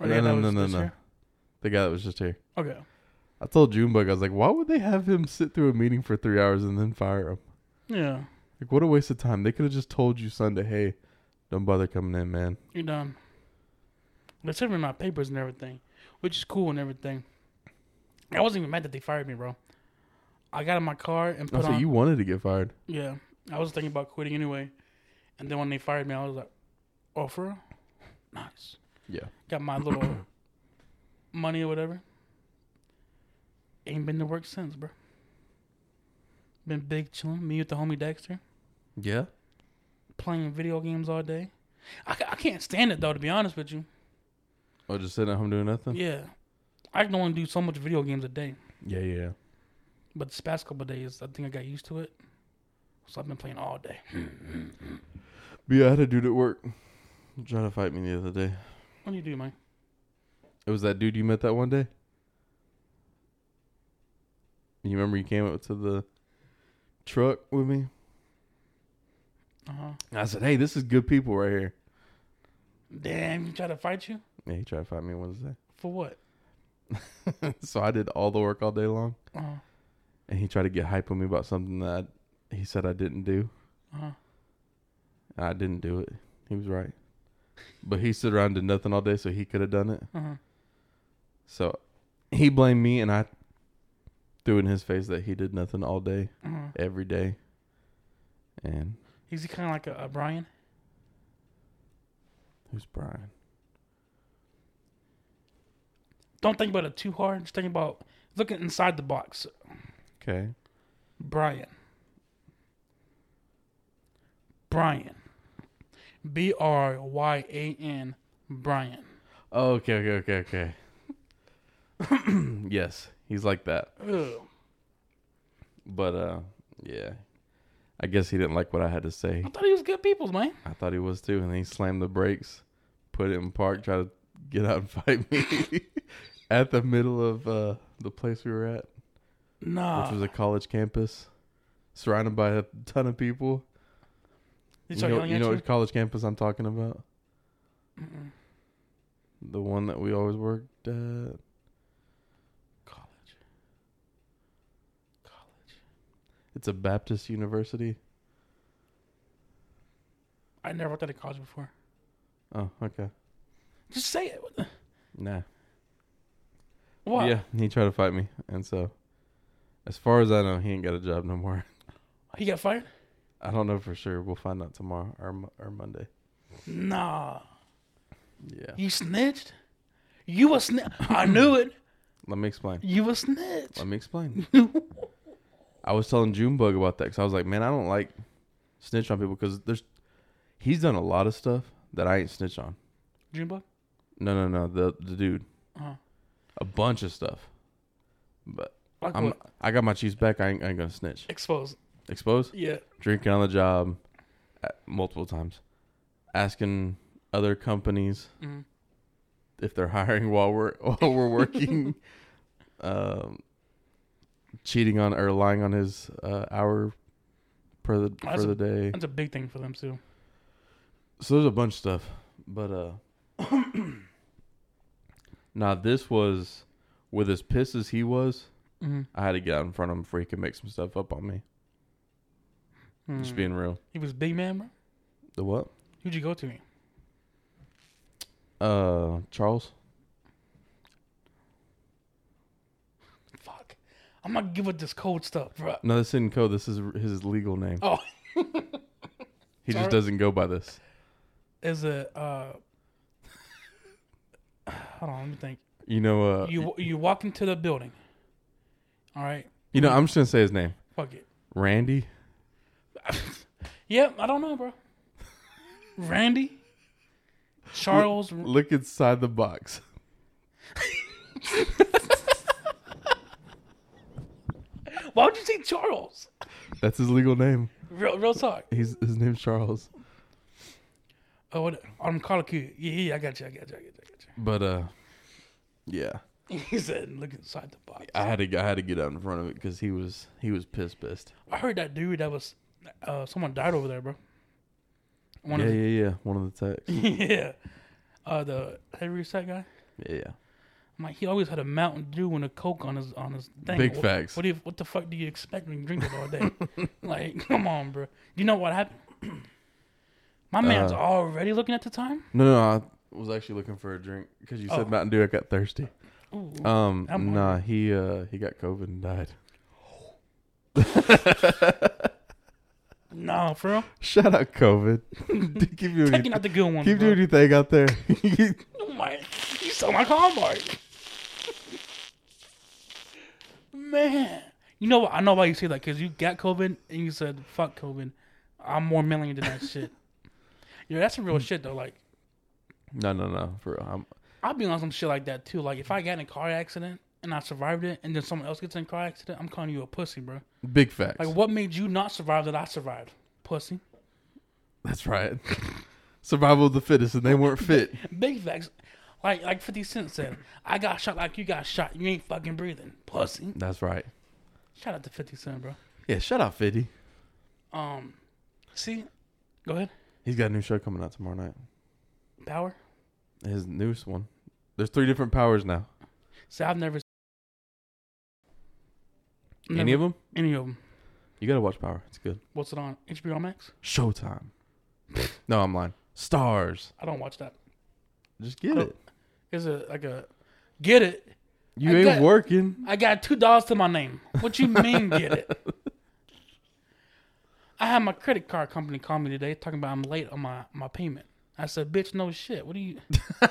Speaker 2: No,
Speaker 1: the guy
Speaker 2: no,
Speaker 1: that
Speaker 2: no,
Speaker 1: was
Speaker 2: no,
Speaker 1: this
Speaker 2: no.
Speaker 1: year?
Speaker 2: [LAUGHS] the guy that was just here.
Speaker 1: Okay.
Speaker 2: I told Junebug, I was like, why would they have him sit through a meeting for three hours and then fire him?
Speaker 1: Yeah.
Speaker 2: Like what a waste of time. They could have just told you Sunday, hey, don't bother coming in, man.
Speaker 1: You're done. They sent me my papers and everything, which is cool and everything. I wasn't even mad that they fired me, bro. I got in my car and
Speaker 2: I
Speaker 1: put
Speaker 2: said
Speaker 1: on.
Speaker 2: Oh, you wanted to get fired.
Speaker 1: Yeah, I was thinking about quitting anyway, and then when they fired me, I was like, "Oh, for real? Nice."
Speaker 2: Yeah.
Speaker 1: Got my little money or whatever. Ain't been to work since, bro. Been big chilling. Me with the homie Dexter
Speaker 2: Yeah?
Speaker 1: playing video games all day. I, ca- I can't stand it though, to be honest with you.
Speaker 2: Or Oh, just sitting at home doing nothing?
Speaker 1: Yeah, I can only do so much video games a day.
Speaker 2: Yeah, yeah. yeah.
Speaker 1: But this past couple of days, I think I got used to it. So I've been playing all day.
Speaker 2: But yeah, I had a dude at work trying to fight me the other day.
Speaker 1: What do you do, man?
Speaker 2: It was that dude you met that one day. You remember you came up to the truck with me?
Speaker 1: Uh huh.
Speaker 2: And I said, "Hey, this is good people right here."
Speaker 1: Damn, you try to fight you
Speaker 2: Yeah, he tried to fight me Wednesday,
Speaker 1: for what?
Speaker 2: [LAUGHS] so I did all the work all day long,
Speaker 1: Uh huh.
Speaker 2: and he tried to get hype on me about something that he said I didn't do.
Speaker 1: Uh huh.
Speaker 2: And I didn't do it. He was right, but he stood around and did nothing all day, so he could have done it.
Speaker 1: Uh huh.
Speaker 2: So he blamed me, and I threw in his face that he did nothing all day,
Speaker 1: Uh-huh.
Speaker 2: every day, and
Speaker 1: Is he kind of like a, a Brian?
Speaker 2: who's Brian?
Speaker 1: Don't think about it too hard. Just think about looking inside the box.
Speaker 2: Okay.
Speaker 1: Brian. Brian. B R Y A N. Brian.
Speaker 2: Oh, okay, okay, okay, okay. [CLEARS THROAT] yes, he's like that.
Speaker 1: Ugh.
Speaker 2: But uh yeah. I guess he didn't like what I had to say.
Speaker 1: I thought he was good people, man.
Speaker 2: I thought he was too, [LAUGHS] and then he slammed the brakes, put it in park, tried to get out and fight me. at the middle of uh, the place we were at,
Speaker 1: Nah.
Speaker 2: which was a college campus, surrounded by a ton of people.
Speaker 1: They
Speaker 2: You
Speaker 1: start
Speaker 2: know,
Speaker 1: yelling
Speaker 2: you
Speaker 1: at
Speaker 2: know
Speaker 1: you?
Speaker 2: what college campus I'm talking about?
Speaker 1: Mm-mm.
Speaker 2: The one that we always worked at.
Speaker 1: College. College.
Speaker 2: It's a Baptist university.
Speaker 1: I never worked at a college before.
Speaker 2: Oh, okay.
Speaker 1: Just say it. What? the-
Speaker 2: Nah.
Speaker 1: What?
Speaker 2: Yeah, he tried to fight me, and so, as far as I know, he ain't got a job no more. [LAUGHS]
Speaker 1: He got fired?
Speaker 2: I don't know for sure. We'll find out tomorrow or Mo- or Monday.
Speaker 1: Nah.
Speaker 2: Yeah.
Speaker 1: You snitched? You a snitch.
Speaker 2: [CLEARS THROAT]
Speaker 1: I knew it.
Speaker 2: Let me explain.
Speaker 1: [LAUGHS] You a snitch.
Speaker 2: Let me explain.
Speaker 1: [LAUGHS]
Speaker 2: I was telling Junebug about that because I was like, man, I don't like snitch on people because there's he's done a lot of stuff that I ain't snitch on.
Speaker 1: Junebug?
Speaker 2: No, no, no, the the dude,
Speaker 1: Uh-huh.
Speaker 2: a bunch of stuff. But
Speaker 1: Like
Speaker 2: I'm
Speaker 1: what?
Speaker 2: I got my cheese back. I ain't, I ain't gonna snitch.
Speaker 1: Exposed.
Speaker 2: Expose
Speaker 1: Yeah.
Speaker 2: drinking on the job uh, multiple times, asking other companies
Speaker 1: Mhm.
Speaker 2: if they're hiring while we're [LAUGHS] while we're working, um, cheating on or lying on his uh, hour for the
Speaker 1: That's
Speaker 2: for
Speaker 1: a-
Speaker 2: the day.
Speaker 1: That's a big thing for them, too.
Speaker 2: So there's a bunch of stuff, but uh, now this was with as pissed as he was.
Speaker 1: Mm-hmm.
Speaker 2: I had to get out in front of him before he could make some stuff up on me.
Speaker 1: Hmm.
Speaker 2: Just being real.
Speaker 1: Mm-hmm. he was big man, bro.
Speaker 2: The what?
Speaker 1: Who'd you go to?
Speaker 2: Uh, Charles.
Speaker 1: Fuck. I'm not good with this cold stuff, bro.
Speaker 2: No, this isn't code. This is r- his legal name.
Speaker 1: Oh.
Speaker 2: he just
Speaker 1: Sorry.
Speaker 2: doesn't go by this.
Speaker 1: Is a uh. [SIGHS] Hold on, let me think.
Speaker 2: You know. Uh, you,
Speaker 1: You you walk into the building. All right,
Speaker 2: know. I'm just gonna say his name.
Speaker 1: fuck it. [LAUGHS]
Speaker 2: Randy.
Speaker 1: Yeah, I don't know, bro. Randy, Charles.
Speaker 2: Look inside the box.
Speaker 1: Why would you say Charles?
Speaker 2: That's his legal name.
Speaker 1: Real real talk.
Speaker 2: He's his name's Charles.
Speaker 1: Oh, what? I'm calling you. Yeah, yeah, I got you. I got you. I got you. I got
Speaker 2: But uh, yeah.
Speaker 1: you. [LAUGHS] He said, "Look inside the box."
Speaker 2: I had to I had to get out in front of it because he was he was pissed pissed.
Speaker 1: I heard that dude that was, uh, someone died over there, bro. One
Speaker 2: yeah,
Speaker 1: of
Speaker 2: yeah, yeah. One of the
Speaker 1: [LAUGHS]
Speaker 2: techs.
Speaker 1: yeah. Uh, the heavy reset guy.
Speaker 2: yeah, yeah.
Speaker 1: I'm like, he always had a Mountain Dew and a Coke on his on his thing.
Speaker 2: Big
Speaker 1: what,
Speaker 2: facts.
Speaker 1: What, do you, what the fuck do you expect when you drink it all day? [LAUGHS] like, come on, bro. You know what happened? [CLEARS THROAT] My man's
Speaker 2: Uh,
Speaker 1: already looking at the time.
Speaker 2: No, no, I was actually looking for a drink because you
Speaker 1: Oh.
Speaker 2: said Mountain Dew. I got thirsty.
Speaker 1: Ooh,
Speaker 2: Um,
Speaker 1: I'm
Speaker 2: nah, he uh he got COVID and died. [LAUGHS]
Speaker 1: nah, for real.
Speaker 2: Shout out COVID. [LAUGHS] keep doing
Speaker 1: Taking
Speaker 2: [LAUGHS] your,
Speaker 1: out the good one.
Speaker 2: keep
Speaker 1: bro.
Speaker 2: doing your thing out there. [LAUGHS]
Speaker 1: [LAUGHS] Oh my! You stole my call mark. Man, you know what? I know why you say that because you got COVID and you said "fuck COVID." I'm more million than that shit. Yeah, that's some real shit though. Like,
Speaker 2: no, no, no. For real. I'm,
Speaker 1: I'll be on some shit like that too. Like, if I got in a car accident and I survived it, and then someone else gets in a car accident, I'm calling you a pussy, bro.
Speaker 2: big facts.
Speaker 1: Like, what made you not survive that I survived, pussy?
Speaker 2: That's right. [LAUGHS] Survival of the fittest, and they weren't fit.
Speaker 1: Big facts. Like, like Fifty Cent said, "I got shot like you got shot. You ain't fucking breathing, pussy."
Speaker 2: That's right.
Speaker 1: Shout out to Fifty Cent, bro.
Speaker 2: Yeah, shout out Fitty.
Speaker 1: Um, see, go ahead.
Speaker 2: He's got a new show coming out tomorrow night.
Speaker 1: Power.
Speaker 2: His newest one. There's three different powers now.
Speaker 1: See, I've never.
Speaker 2: Any of them?
Speaker 1: Any of them.
Speaker 2: You gotta watch Power. It's good.
Speaker 1: What's it on? HBO Max. [LAUGHS]
Speaker 2: Showtime. no, I'm lying. Stars.
Speaker 1: I don't watch that.
Speaker 2: Just get
Speaker 1: Oh.
Speaker 2: it.
Speaker 1: Is it like a? Get it.
Speaker 2: You
Speaker 1: I
Speaker 2: ain't
Speaker 1: got-
Speaker 2: working.
Speaker 1: I got two dollars to my name. What you mean, get it? I had my credit card company call me today talking about I'm late on my, my payment. I said, "Bitch, no shit. What do you?" [LAUGHS]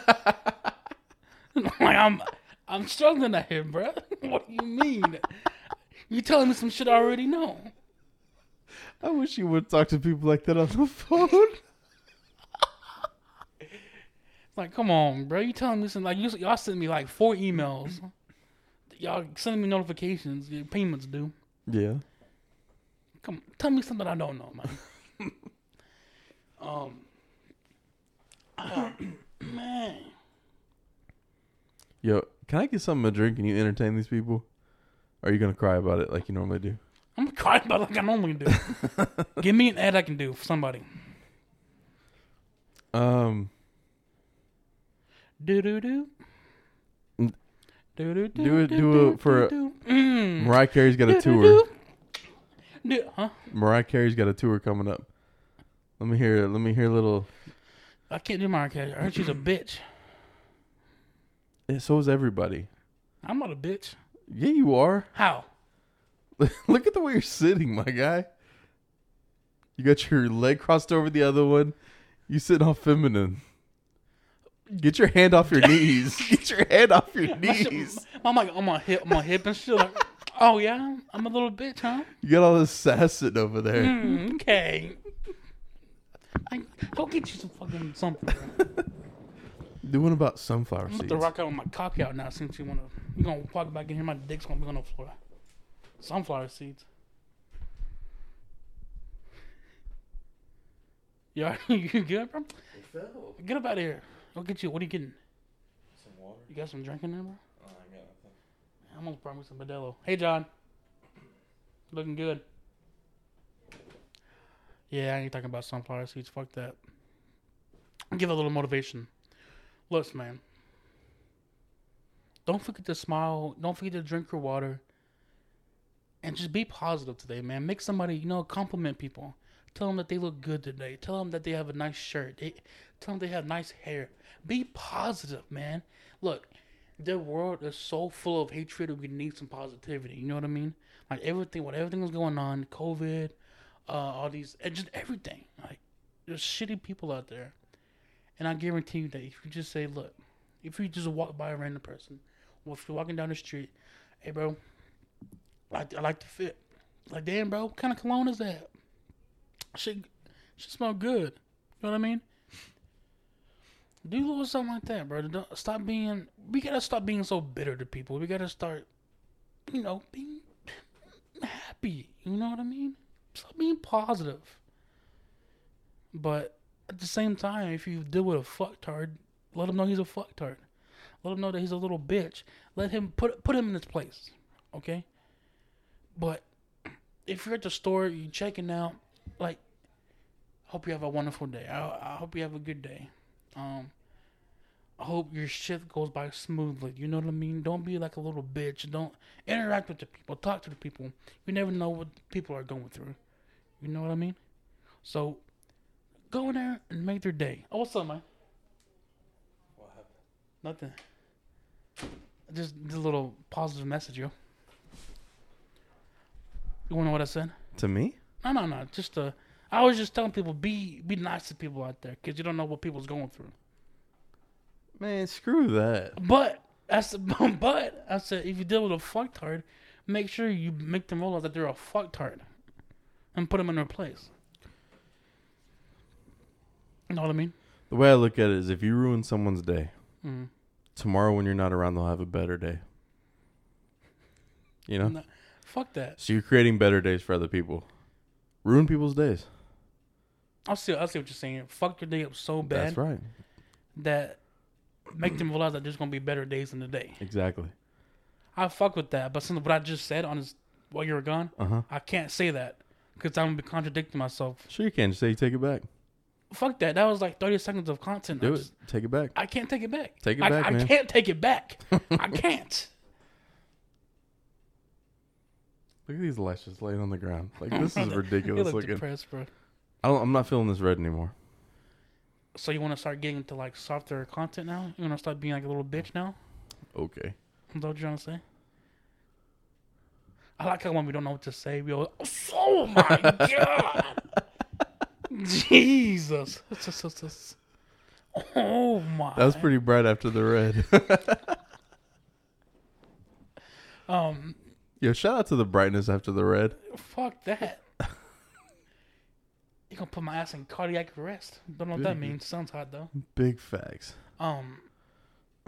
Speaker 1: like I'm I'm struggling at here, bro. [LAUGHS] What do you mean? You telling me some shit I already know?
Speaker 2: I wish you would talk to people like that on the [LAUGHS] phone.
Speaker 1: Like, come on, bro. You telling me some like you, y'all send me like four emails. Y'all sending me notifications. Your payments due.
Speaker 2: yeah.
Speaker 1: Come, tell me something I don't know, man.
Speaker 2: [LAUGHS]
Speaker 1: um, [CLEARS THROAT] ah, man,
Speaker 2: Yo, Can I get something to drink and you entertain these people? Or are you gonna cry about it like you normally do?
Speaker 1: I'm crying about it like I normally
Speaker 2: [LAUGHS]
Speaker 1: do. Give me an ad I can do for somebody.
Speaker 2: Um,
Speaker 1: Do do do.
Speaker 2: Mm.
Speaker 1: Do do do. Mm.
Speaker 2: Do it- do it for-
Speaker 1: Mariah
Speaker 2: Mariah Carey's got a tour.
Speaker 1: Do, huh?
Speaker 2: Mariah Carey's got a tour coming up. Let me hear. Let me hear a little.
Speaker 1: I can't do Mariah Carey. I heard
Speaker 2: [CLEARS THROAT]
Speaker 1: she's a bitch.
Speaker 2: Eh, So is everybody.
Speaker 1: I'm not a bitch.
Speaker 2: Yeah, you are. [LAUGHS]
Speaker 1: How?
Speaker 2: Look at the way you're sitting, my guy. You got your leg crossed over the other one. You sitting all feminine. Get your hand
Speaker 1: [LAUGHS]
Speaker 2: off your knees. Get your hand off your
Speaker 1: My shit-
Speaker 2: knees.
Speaker 1: I'm like on my hip, my hip and shit.
Speaker 2: [LAUGHS]
Speaker 1: Like, oh yeah, I'm a little bitch, huh?
Speaker 2: You got all this sass sitting over there.
Speaker 1: Mm, okay. I, go get you some fucking something.
Speaker 2: Doing about sunflower
Speaker 1: I'm about
Speaker 2: seeds.
Speaker 1: to rock out with my cock out now since you wanna you gonna walk back in here, my dick's gonna be on the floor. Sunflower seeds. [LAUGHS] You all right? [LAUGHS] you good, bro?
Speaker 4: It fell.
Speaker 1: Get up out of here. I'll get you. What are you getting?
Speaker 4: Some water.
Speaker 1: You got some drink in there, bro?
Speaker 4: Oh, I got nothing.
Speaker 1: I almost brought me some Modelo. Hey, John. Looking good. Yeah, I ain't talking about sunflower seeds. Fuck that. Give a little motivation. Listen, man. Don't forget to smile. Don't forget to drink your water. And just be positive today, man. Make somebody, you know, compliment people. Tell them that they look good today. Tell them that they have a nice shirt. They, tell them they have nice hair. Be positive, man. Look, the world is so full of hatred. We need some positivity. You know what I mean? Like everything, what everything was going on, COVID, uh, all these, and just everything. Like there's shitty people out there, and I guarantee you that if you just say, look, if you just walk by a random person, or if you're walking down the street, hey bro, I, I like the fit. Like damn bro, what kind of cologne is that? She, she smell good. You know what I mean? Do a little something like that, bro. Don't, stop being. We gotta stop being so bitter to people. We gotta start, you know, being happy. You know what I mean? Stop being positive. But at the same time, if you deal with a fucktard, let him know he's a fucktard. Let him know that he's a little bitch. Let him put put him in his place, okay? But if you're at the store, you're checking out. Like, hope you have a wonderful day. I, I hope you have a good day. Um, I hope your shift goes by smoothly. You know what I mean? Don't be like a little bitch. Don't interact with the people. Talk to the people. You never know what people are going through. You know what I mean? So go in there and make their day. Oh, what's up, man?
Speaker 4: What happened?
Speaker 1: Nothing. Just just a little positive message, yo. You wanna know what I said?
Speaker 2: To me?
Speaker 1: No, no, no. Just uh, I was just telling people be be nice to people out there because you don't know what people's going through.
Speaker 2: Man, screw that.
Speaker 1: But that's [LAUGHS] but I said if you deal with a fucktard, make sure you make them realize that they're a fucktard, and put them in their place. You know what I mean?
Speaker 2: The way I look at it is if you ruin someone's day,
Speaker 1: Mm.
Speaker 2: tomorrow when you're not around, they'll have a better day. You know?
Speaker 1: No, fuck that.
Speaker 2: So you're creating better days for other people. Ruin people's days.
Speaker 1: I see. I see what you're saying. Fuck your day up so bad
Speaker 2: That's right.
Speaker 1: that make them realize that there's gonna be better days in the day.
Speaker 2: Exactly.
Speaker 1: I fuck with that. But since what I just said on this while you were gone,
Speaker 2: Uh huh.
Speaker 1: I can't say that because I'm gonna be contradicting myself.
Speaker 2: Sure, you can. Just say you take it back.
Speaker 1: Fuck that. That was like 30 seconds of content. I
Speaker 2: Do it.
Speaker 1: just-
Speaker 2: Take it back.
Speaker 1: I can't take it back.
Speaker 2: Take it
Speaker 1: I,
Speaker 2: back,
Speaker 1: I
Speaker 2: man.
Speaker 1: can't take it
Speaker 2: [LAUGHS]
Speaker 1: back. I can't.
Speaker 2: Look at these lights just laying on the ground.
Speaker 1: [LAUGHS]
Speaker 2: Like this is
Speaker 1: You
Speaker 2: ridiculous
Speaker 1: look
Speaker 2: looking.
Speaker 1: depressed, bro.
Speaker 2: I don't, I'm not feeling this red anymore.
Speaker 1: So you want to start getting into like softer content now? You want to start being like a little bitch now?
Speaker 2: Okay.
Speaker 1: Is that what you're trying to say? I like how when we don't know what to say, we always, oh my
Speaker 2: [LAUGHS]
Speaker 1: god,
Speaker 2: [LAUGHS]
Speaker 1: Jesus, oh my.
Speaker 2: That was pretty bright after the red.
Speaker 1: [LAUGHS] Um,
Speaker 2: Yo, shout out to the brightness after the red.
Speaker 1: fuck that. [LAUGHS] you gonna put my ass in cardiac arrest? Don't know what that
Speaker 2: Big-
Speaker 1: means. Sounds hot though.
Speaker 2: Big facts.
Speaker 1: Um,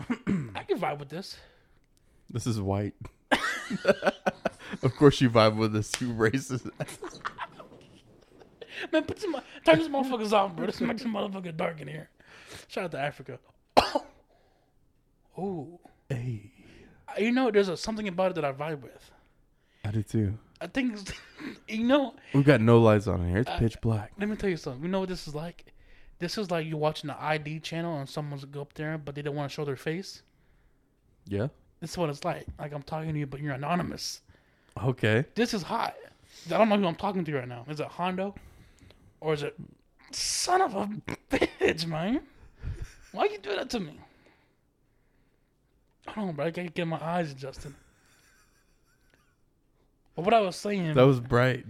Speaker 1: I can vibe with this.
Speaker 2: This is
Speaker 1: [LAUGHS]
Speaker 2: white. of course you vibe with this
Speaker 1: [LAUGHS]
Speaker 2: you racist.
Speaker 1: Man, put some turn this motherfuckers off, bro. This makes this motherfucker [COUGHS] dark in here. Shout out to Africa. oh,
Speaker 2: Hey.
Speaker 1: you know, there's a, something about it that I vibe with.
Speaker 2: I did too.
Speaker 1: I think, it's- [LAUGHS] you know,
Speaker 2: We've got no lights on in here. It's
Speaker 1: Uh,
Speaker 2: pitch black.
Speaker 1: let me tell you something. You know what this is like? This is like you watching the ID channel and someone's go up there, but they don't want to show their face.
Speaker 2: Yeah.
Speaker 1: This is what it's like. Like I'm talking to you, but you're anonymous.
Speaker 2: Okay.
Speaker 1: This is hot. I don't know who I'm talking to right now. Is it Hondo, or is it son of a bitch, man? Why you do that to me? Hold on, bro. I gotta get my eyes adjusted. But what I was saying,
Speaker 2: That was bright.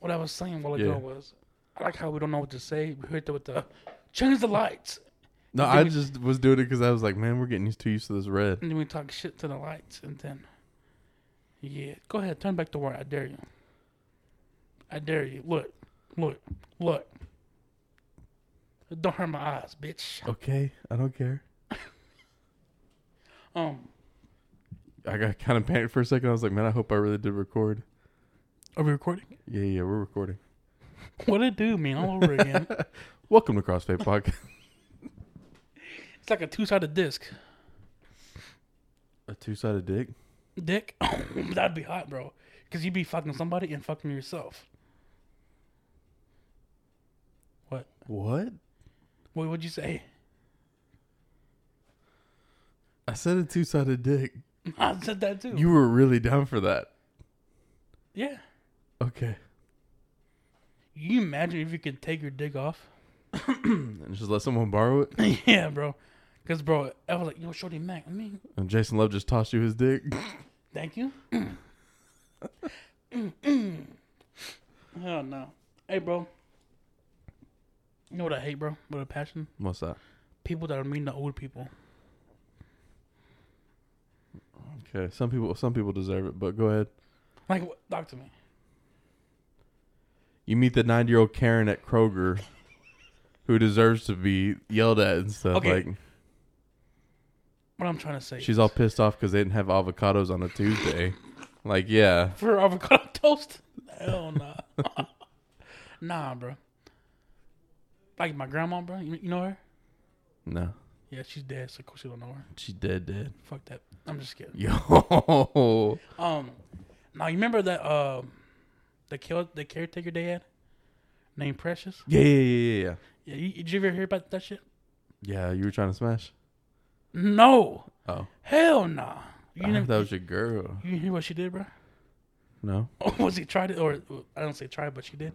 Speaker 1: what I was saying while
Speaker 2: Yeah.
Speaker 1: ago was, I like how we don't know what to say. We hit it with the change the lights,
Speaker 2: No,
Speaker 1: I think
Speaker 2: I
Speaker 1: we-
Speaker 2: just was doing it because I was like, man, we're getting used too used to this red.
Speaker 1: and then we talk shit to the lights, and then yeah, go ahead, turn back to where I dare you. I dare you. Look, look, look. Don't hurt my eyes, bitch.
Speaker 2: Okay. I don't care.
Speaker 1: Um,
Speaker 2: I got kind of panicked for a second. I was like, man, I hope I really did record.
Speaker 1: are we recording?
Speaker 2: Yeah, yeah, we're recording.
Speaker 1: What it do, man? All over again. [LAUGHS]
Speaker 2: Welcome to [LAUGHS] CrossFit Podcast.
Speaker 1: It's like a two-sided disc.
Speaker 2: a two sided dick?
Speaker 1: Dick, [COUGHS] that'd be hot, bro. Cause you'd be fucking somebody and fucking yourself.
Speaker 2: What?
Speaker 1: What would you say? [LAUGHS]
Speaker 2: I said a two sided dick.
Speaker 1: I said that too.
Speaker 2: You were really down for that.
Speaker 1: yeah.
Speaker 2: Okay.
Speaker 1: You imagine if you could take your dick off? [LAUGHS]
Speaker 2: And just let someone borrow it.
Speaker 1: yeah, bro. Cause bro, I was like, yo, Shorty Mac, I mean,
Speaker 2: And Jason Love just tossed you his dick.
Speaker 1: thank [CLEARS THROAT] you. Hell no. Hey bro. You know what I hate, bro? With a passion?
Speaker 2: [LAUGHS] What's that?
Speaker 1: People that are mean to old people.
Speaker 2: Okay. Some people some people deserve it, but go ahead.
Speaker 1: Like what talk to me.
Speaker 2: You meet the nine year old Karen at Kroger who deserves to be yelled at and stuff.
Speaker 1: Okay.
Speaker 2: Like
Speaker 1: What I'm trying to say.
Speaker 2: she's
Speaker 1: is,
Speaker 2: all pissed off because they didn't have avocados on a Tuesday. like, yeah.
Speaker 1: [LAUGHS] for avocado toast? Hell no. [LAUGHS] nah, bro. Like my grandma, bro. You, you know her?
Speaker 2: No.
Speaker 1: Yeah, she's dead, so of course you don't know her.
Speaker 2: She dead dead.
Speaker 1: Fuck that. I'm just kidding.
Speaker 2: Yo. [LAUGHS]
Speaker 1: Um, now you remember that um, the kill the caretaker they had named Precious.
Speaker 2: Yeah, yeah, yeah, yeah, yeah.
Speaker 1: Yeah, you, did you ever hear about that shit?
Speaker 2: Yeah, you were trying to smash.
Speaker 1: No,
Speaker 2: Oh.
Speaker 1: hell nah. You
Speaker 2: I thought
Speaker 1: never,
Speaker 2: that was your girl.
Speaker 1: you hear what she did, bro? [LAUGHS]
Speaker 2: No.
Speaker 1: Or was he tried it? Or I don't say tried, but she did.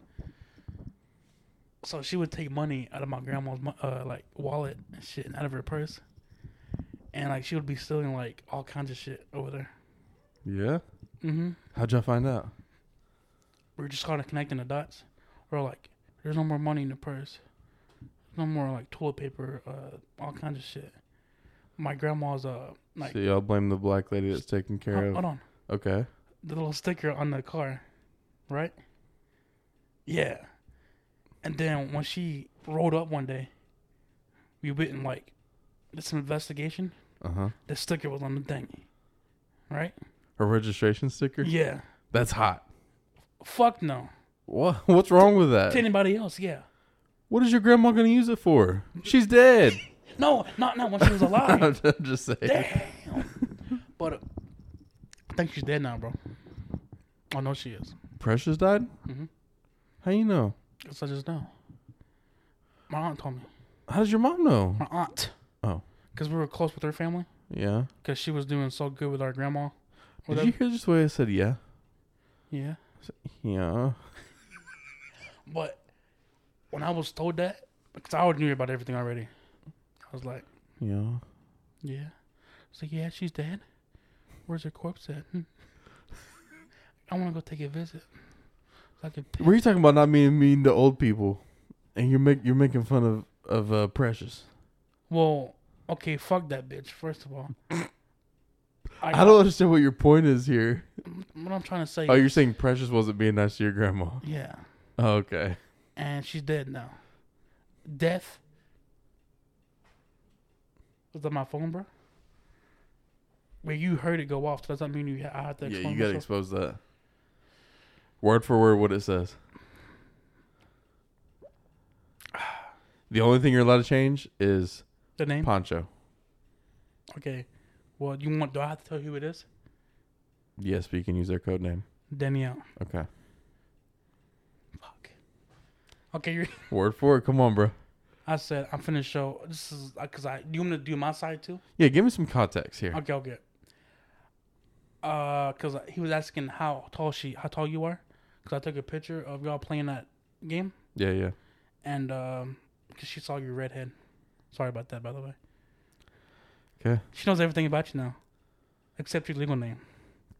Speaker 1: So she would take money out of my grandma's mo- uh, like wallet and shit, and out of her purse, and like she would be stealing like all kinds of shit over there.
Speaker 2: Yeah?
Speaker 1: Mm-hmm.
Speaker 2: How'd y'all find out?
Speaker 1: we are just kind of connecting the dots. We're like, there's no more money in the purse, no more like toilet paper, uh, all kinds of shit. My grandma's uh, like, Oh,
Speaker 2: so y'all blame the black lady that's taking care
Speaker 1: hold,
Speaker 2: of.
Speaker 1: hold on,
Speaker 2: Okay.
Speaker 1: the little sticker on the car, right? Yeah, and then when she rolled up one day, we went and like did some investigation.
Speaker 2: Uh huh.
Speaker 1: The sticker was on the thing, right?
Speaker 2: Her registration sticker?
Speaker 1: Yeah.
Speaker 2: That's hot.
Speaker 1: Fuck no.
Speaker 2: What? What's wrong with
Speaker 1: To
Speaker 2: that?
Speaker 1: anybody else, yeah.
Speaker 2: What is your grandma gonna use it for? She's dead.
Speaker 1: No, not not when she was alive.
Speaker 2: [LAUGHS] I'm just saying.
Speaker 1: Damn. [LAUGHS] but uh, I think she's dead now, bro. I know she is.
Speaker 2: Precious died?
Speaker 1: Mhm.
Speaker 2: How you know?
Speaker 1: Guess I just know. My aunt told me.
Speaker 2: How does your mom know?
Speaker 1: My aunt.
Speaker 2: Oh.
Speaker 1: Because we were close with her family.
Speaker 2: Yeah.
Speaker 1: Because she was doing so good with our grandma.
Speaker 2: Did
Speaker 1: Whatever.
Speaker 2: you hear just the way I said yeah?
Speaker 1: Yeah.
Speaker 2: Yeah.
Speaker 1: But when I was told that, because I already knew about everything already, I was like,
Speaker 2: Yeah.
Speaker 1: yeah. So yeah, she's dead. Where's her corpse at? Hmm. I want to go take a visit. So I can
Speaker 2: Were you talking about not being mean to old people? And you're make, you're making fun of, of uh, Precious.
Speaker 1: Well, okay, fuck that bitch. First of
Speaker 2: [COUGHS]
Speaker 1: all,
Speaker 2: I don't understand what your point is here.
Speaker 1: What I'm trying to say.
Speaker 2: Oh, you're saying Precious wasn't being nice to
Speaker 1: [LAUGHS]
Speaker 2: your grandma.
Speaker 1: yeah,
Speaker 2: Oh, okay.
Speaker 1: and she's dead now. Death. Was that my phone, bro? Where you heard it go off? so Does that mean you? ha- I have to
Speaker 2: Yeah,
Speaker 1: explain
Speaker 2: you gotta
Speaker 1: myself?
Speaker 2: expose that. Word for word, what it says. [SIGHS] The only thing you're allowed to change is
Speaker 1: the name.
Speaker 2: Poncho.
Speaker 1: okay, Well, you want? Do I have to tell you who it is?
Speaker 2: Yes, but you can use their code name.
Speaker 1: Danielle.
Speaker 2: Okay.
Speaker 1: Fuck. Okay, you're,
Speaker 2: Word for it. Come on, bro.
Speaker 1: [LAUGHS]
Speaker 2: I
Speaker 1: I said I'm finna show. This is because I. Do you want me to do my side too?
Speaker 2: Yeah, give me some context here.
Speaker 1: Okay, okay. Uh, cause he was asking how tall she, how tall you are, cause I took a picture of y'all playing that game,
Speaker 2: Yeah, yeah.
Speaker 1: and um, cause she saw your redhead. Sorry about that, by the way.
Speaker 2: 'Kay.
Speaker 1: She knows everything about you now, except your legal name.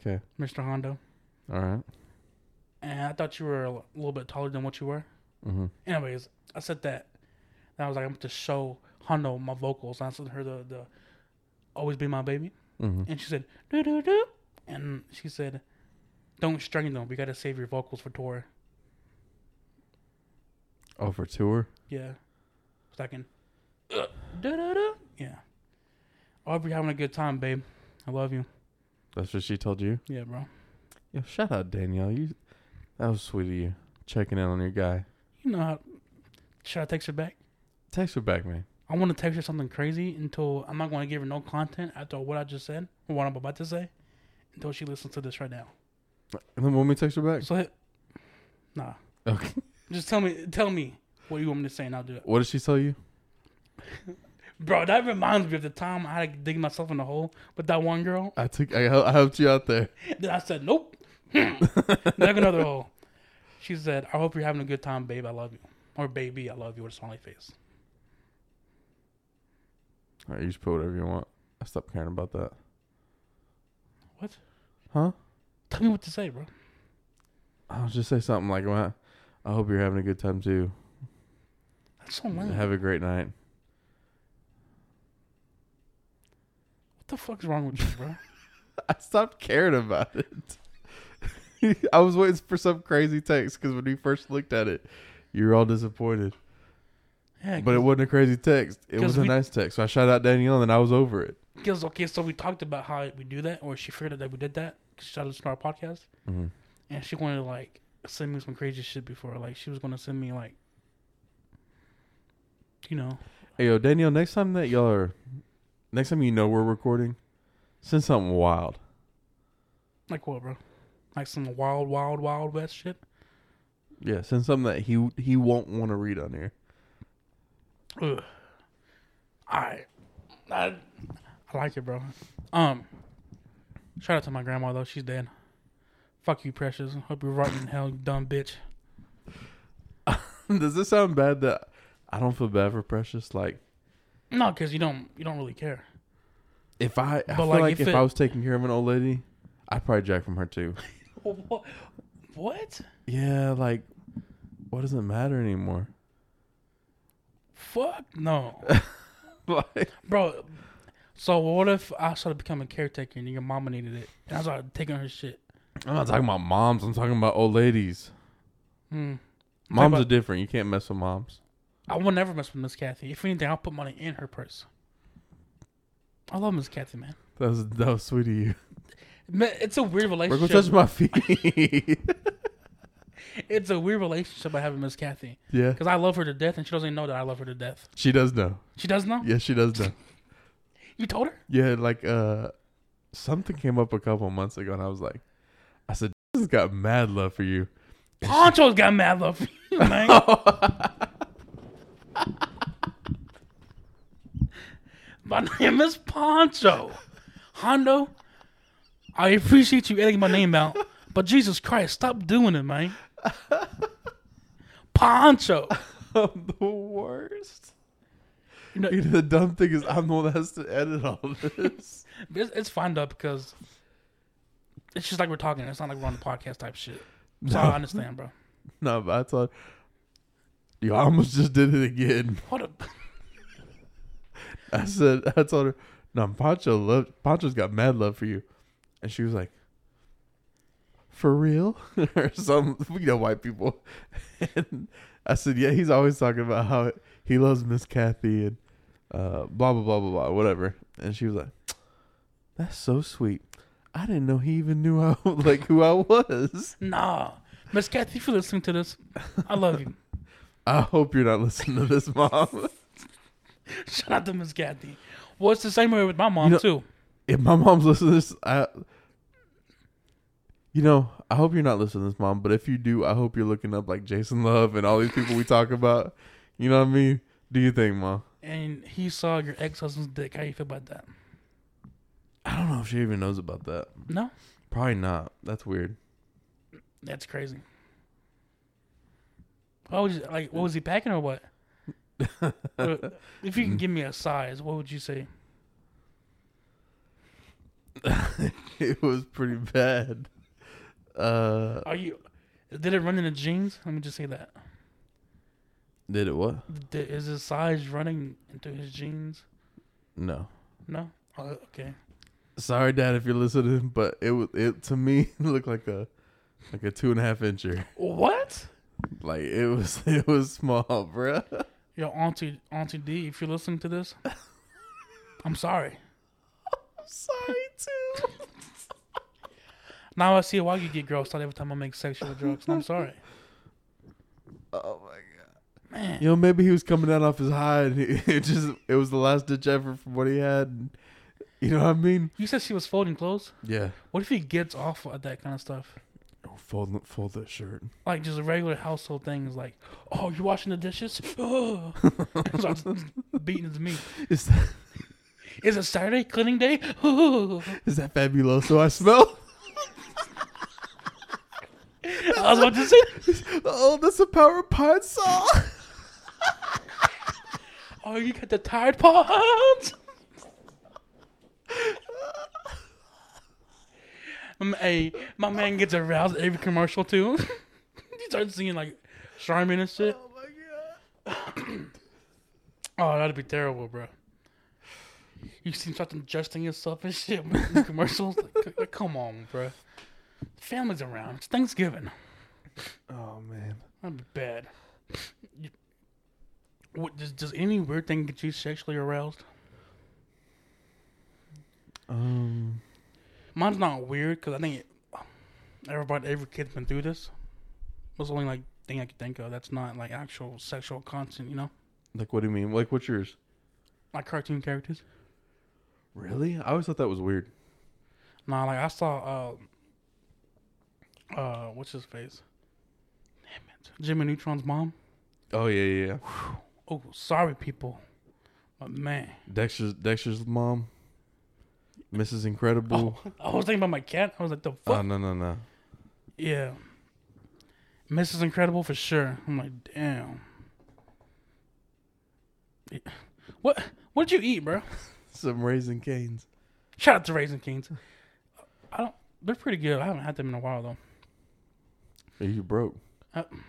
Speaker 2: 'Kay.
Speaker 1: Mr. Hondo.
Speaker 2: All right.
Speaker 1: And I thought you were a l- little bit taller than what you were.
Speaker 2: Mm-hmm.
Speaker 1: Anyways, I said that, and I was like, I'm going to show Hondo my vocals. And I sent her the the "Always Be My Baby."
Speaker 2: Mm-hmm.
Speaker 1: and she said do do do and she said don't strain them we gotta save your vocals for tour
Speaker 2: Oh, for tour.
Speaker 1: yeah so i can do do do yeah I hope you're having a good time babe i love you
Speaker 2: That's what she told you.
Speaker 1: yeah bro
Speaker 2: Yo, shout out Danielle. You, that was sweet of you checking in on your guy.
Speaker 1: you know how should i text her back
Speaker 2: Text her back, man.
Speaker 1: i want to text her something crazy until i'm not going to give her no content after what i just said or what i'm about to say until she listens to this right now
Speaker 2: And then when we text her back,
Speaker 1: so hit nah
Speaker 2: okay.
Speaker 1: just tell me tell me what you want me to say and i'll do it
Speaker 2: What did she tell you?
Speaker 1: Bro, that reminds me of the time I had to dig myself in a hole with that one girl.
Speaker 2: I took. I, hel- I helped you out there.
Speaker 1: Then I said, nope. [LAUGHS] Dig another hole. She said, I hope you're having a good time, babe. I love you. Or baby, I love you with a smiley face.
Speaker 2: All right, you just put whatever you want. I stopped caring about that.
Speaker 1: What?
Speaker 2: Huh?
Speaker 1: Tell me what to say, bro.
Speaker 2: I'll just say something like, "Well, "I hope you're having a good time too.
Speaker 1: That's so lame.
Speaker 2: Have a great night."
Speaker 1: what the fuck's wrong with you,
Speaker 2: [LAUGHS]
Speaker 1: bro?
Speaker 2: I stopped caring about it. [LAUGHS] I was waiting for some crazy text because when we first looked at it, you were all disappointed.
Speaker 1: Yeah,
Speaker 2: But it wasn't a crazy text. It
Speaker 1: 'Cause
Speaker 2: was a
Speaker 1: we-
Speaker 2: nice text. So I shouted out Danielle and I was over it.
Speaker 1: because, okay, so we talked about how we do that, or she figured out that we did that because she started listening to our podcast.
Speaker 2: Mm-hmm.
Speaker 1: And she wanted to, like, send me some crazy shit before. Like, she was going to send me, like, you know.
Speaker 2: Hey, yo, Danielle, next time that y'all are, next time you know we're recording, send something wild.
Speaker 1: Like what, bro? Like some wild, wild, wild west shit?
Speaker 2: Yeah, send something that he he won't want to read on here. [LAUGHS]
Speaker 1: Ugh. I, I, I like it, bro. Um, shout out to my grandma though. She's dead. Fuck you, precious. Hope you're rotting in hell, you dumb bitch.
Speaker 2: Does this sound bad that I don't feel bad for Precious? Like,
Speaker 1: No, because you don't, you don't really care.
Speaker 2: if I, I
Speaker 1: But,
Speaker 2: feel
Speaker 1: like,
Speaker 2: like,
Speaker 1: if
Speaker 2: if
Speaker 1: it-
Speaker 2: I was taking care of an old lady, I'd probably jack from her too.
Speaker 1: [LAUGHS] What? What?
Speaker 2: yeah, like, what does it matter anymore?
Speaker 1: Fuck no,
Speaker 2: [LAUGHS] like,
Speaker 1: bro. So what if I started becoming a caretaker and your mama needed it, and I started taking her shit?
Speaker 2: I'm not talking about moms. I'm talking about old ladies.
Speaker 1: Hmm.
Speaker 2: Moms
Speaker 1: about-
Speaker 2: are different. You can't mess with moms.
Speaker 1: I will never mess with Miss Kathy. If anything, I'll put money in her purse. I love Miss Kathy, man.
Speaker 2: That was, that was sweet of you.
Speaker 1: Ma- It's a weird
Speaker 2: We're
Speaker 1: relationship.
Speaker 2: gonna touch [LAUGHS] my feet. [LAUGHS]
Speaker 1: It's a weird relationship I have with Miss Kathy
Speaker 2: yeah,
Speaker 1: because I love her to death, and she doesn't even know that I love her to death.
Speaker 2: she does know.
Speaker 1: She does know.
Speaker 2: Yeah, she does know.
Speaker 1: You told her.
Speaker 2: Yeah, like uh, something came up a couple months ago, and I was like, I said, "This has got mad love for [LAUGHS] you."
Speaker 1: Poncho's got mad love for you, man.
Speaker 2: I
Speaker 1: my name is Poncho. Hondo, I appreciate you editing my name out, but Jesus Christ, stop doing it, man. Poncho.
Speaker 2: am the worst.
Speaker 1: You know,
Speaker 2: [LAUGHS] You know, the dumb thing is, I'm the one that has to edit all this. [LAUGHS]
Speaker 1: it's, it's fine though because it's just like we're talking. It's not like we're on the podcast type shit. So
Speaker 2: [LAUGHS]
Speaker 1: I understand, bro.
Speaker 2: no, but I thought you almost just did it again.
Speaker 1: Hold up.
Speaker 2: I said, [LAUGHS] I told her, no, Pancho love, Pancho's got mad love for you. And she was like, for real? [LAUGHS] or some, you know, white people. [LAUGHS] and I said, yeah, he's always talking about how he loves Miss Kathy and uh, blah, blah, blah, blah, blah, whatever. And she was like, that's so sweet. I didn't know he even knew how, [LAUGHS] like, who I was.
Speaker 1: Nah. Miss Kathy, if you're listening to this, I love you.
Speaker 2: I hope you're not listening to [LAUGHS] this, mom.
Speaker 1: Shout out to Miss Kathy. Well, it's the same way with my mom
Speaker 2: You know-
Speaker 1: too.
Speaker 2: if my mom's listening to this, I, you know, I hope you're not listening to this, mom. But if you do, I hope you're looking up like Jason Love and all these people we talk about. You know what I mean? Do you think, mom?
Speaker 1: and he saw your ex husband's dick. How you feel about that?
Speaker 2: I don't know if she even knows about that.
Speaker 1: No,
Speaker 2: Probably not. That's weird. [LAUGHS]
Speaker 1: that's crazy. Why would you, like? What was he packing or
Speaker 2: [LAUGHS]
Speaker 1: what? Uh, if you can give me a size, what would you say?
Speaker 2: it was pretty bad. Uh,
Speaker 1: Are you? Did it run in the jeans? Let me just say that.
Speaker 2: did it what?
Speaker 1: Did, is his size running into his jeans?
Speaker 2: No.
Speaker 1: No. Oh, okay.
Speaker 2: Sorry, Dad, if you're listening, but it was it to me [LAUGHS] it looked like a like a two and a half incher.
Speaker 1: What?
Speaker 2: Like it was [LAUGHS] it was small, bruh. [LAUGHS]
Speaker 1: Yo, Auntie Auntie D, if you're listening to this, I'm sorry.
Speaker 2: Sorry too.
Speaker 1: Now I see why you get grossed out every time I make sexual jokes. and I'm sorry.
Speaker 2: Oh my god, man. You know, maybe he was coming down off his high, and he, [LAUGHS] it just it was the last ditch effort from what he had. and- you know what I mean?
Speaker 1: You said she was folding clothes.
Speaker 2: Yeah.
Speaker 1: What if he gets off at that kind of stuff?
Speaker 2: Oh, fold fold that shirt.
Speaker 1: Like just regular household things, like, oh, you washing the dishes? [LAUGHS] Oh. Starts beating his meat.
Speaker 2: Is that
Speaker 1: Is it Saturday cleaning day? [LAUGHS] Oh.
Speaker 2: is that fabuloso? I smell. [LAUGHS]
Speaker 1: I was about to say,
Speaker 2: Oh, that's a power pine saw. [LAUGHS]
Speaker 1: oh, you got the Tide Pods? [LAUGHS] Um, hey, my man gets aroused at every commercial too. [LAUGHS] he starts seeing like Charmin and shit.
Speaker 2: Oh my god.
Speaker 1: Oh, that'd be terrible, bro. You see him start adjusting yourself and shit in the commercials. like, c- like, come on, bro. Family's around. It's Thanksgiving.
Speaker 2: Oh man.
Speaker 1: That'd be bad. You- what, does, does any weird thing get you sexually aroused?
Speaker 2: Um.
Speaker 1: Mine's not weird because I think it, everybody, every kid's been through this. That's the only like thing I could think of that's not like actual sexual content, you know,
Speaker 2: Like, what do you mean? Like, what's yours?
Speaker 1: like cartoon characters.
Speaker 2: Really? I always thought that was weird.
Speaker 1: Nah, like I saw uh uh what's his face? Damn it. Jimmy Neutron's mom.
Speaker 2: Oh yeah, yeah. yeah.
Speaker 1: Oh, sorry people. But man.
Speaker 2: Dexter's Dexter's mom, Mrs. Incredible.
Speaker 1: I was thinking about my cat. I was like the
Speaker 2: Oh,
Speaker 1: fuck
Speaker 2: no, no, no.
Speaker 1: Yeah. Mrs. Incredible for sure. I'm like, damn. Yeah. What what did you eat, bro?
Speaker 2: Some raisin canes.
Speaker 1: Shout out to Raisin Kings. I don't they're pretty good. I haven't had them in a while though.
Speaker 2: Are you broke?
Speaker 1: I'm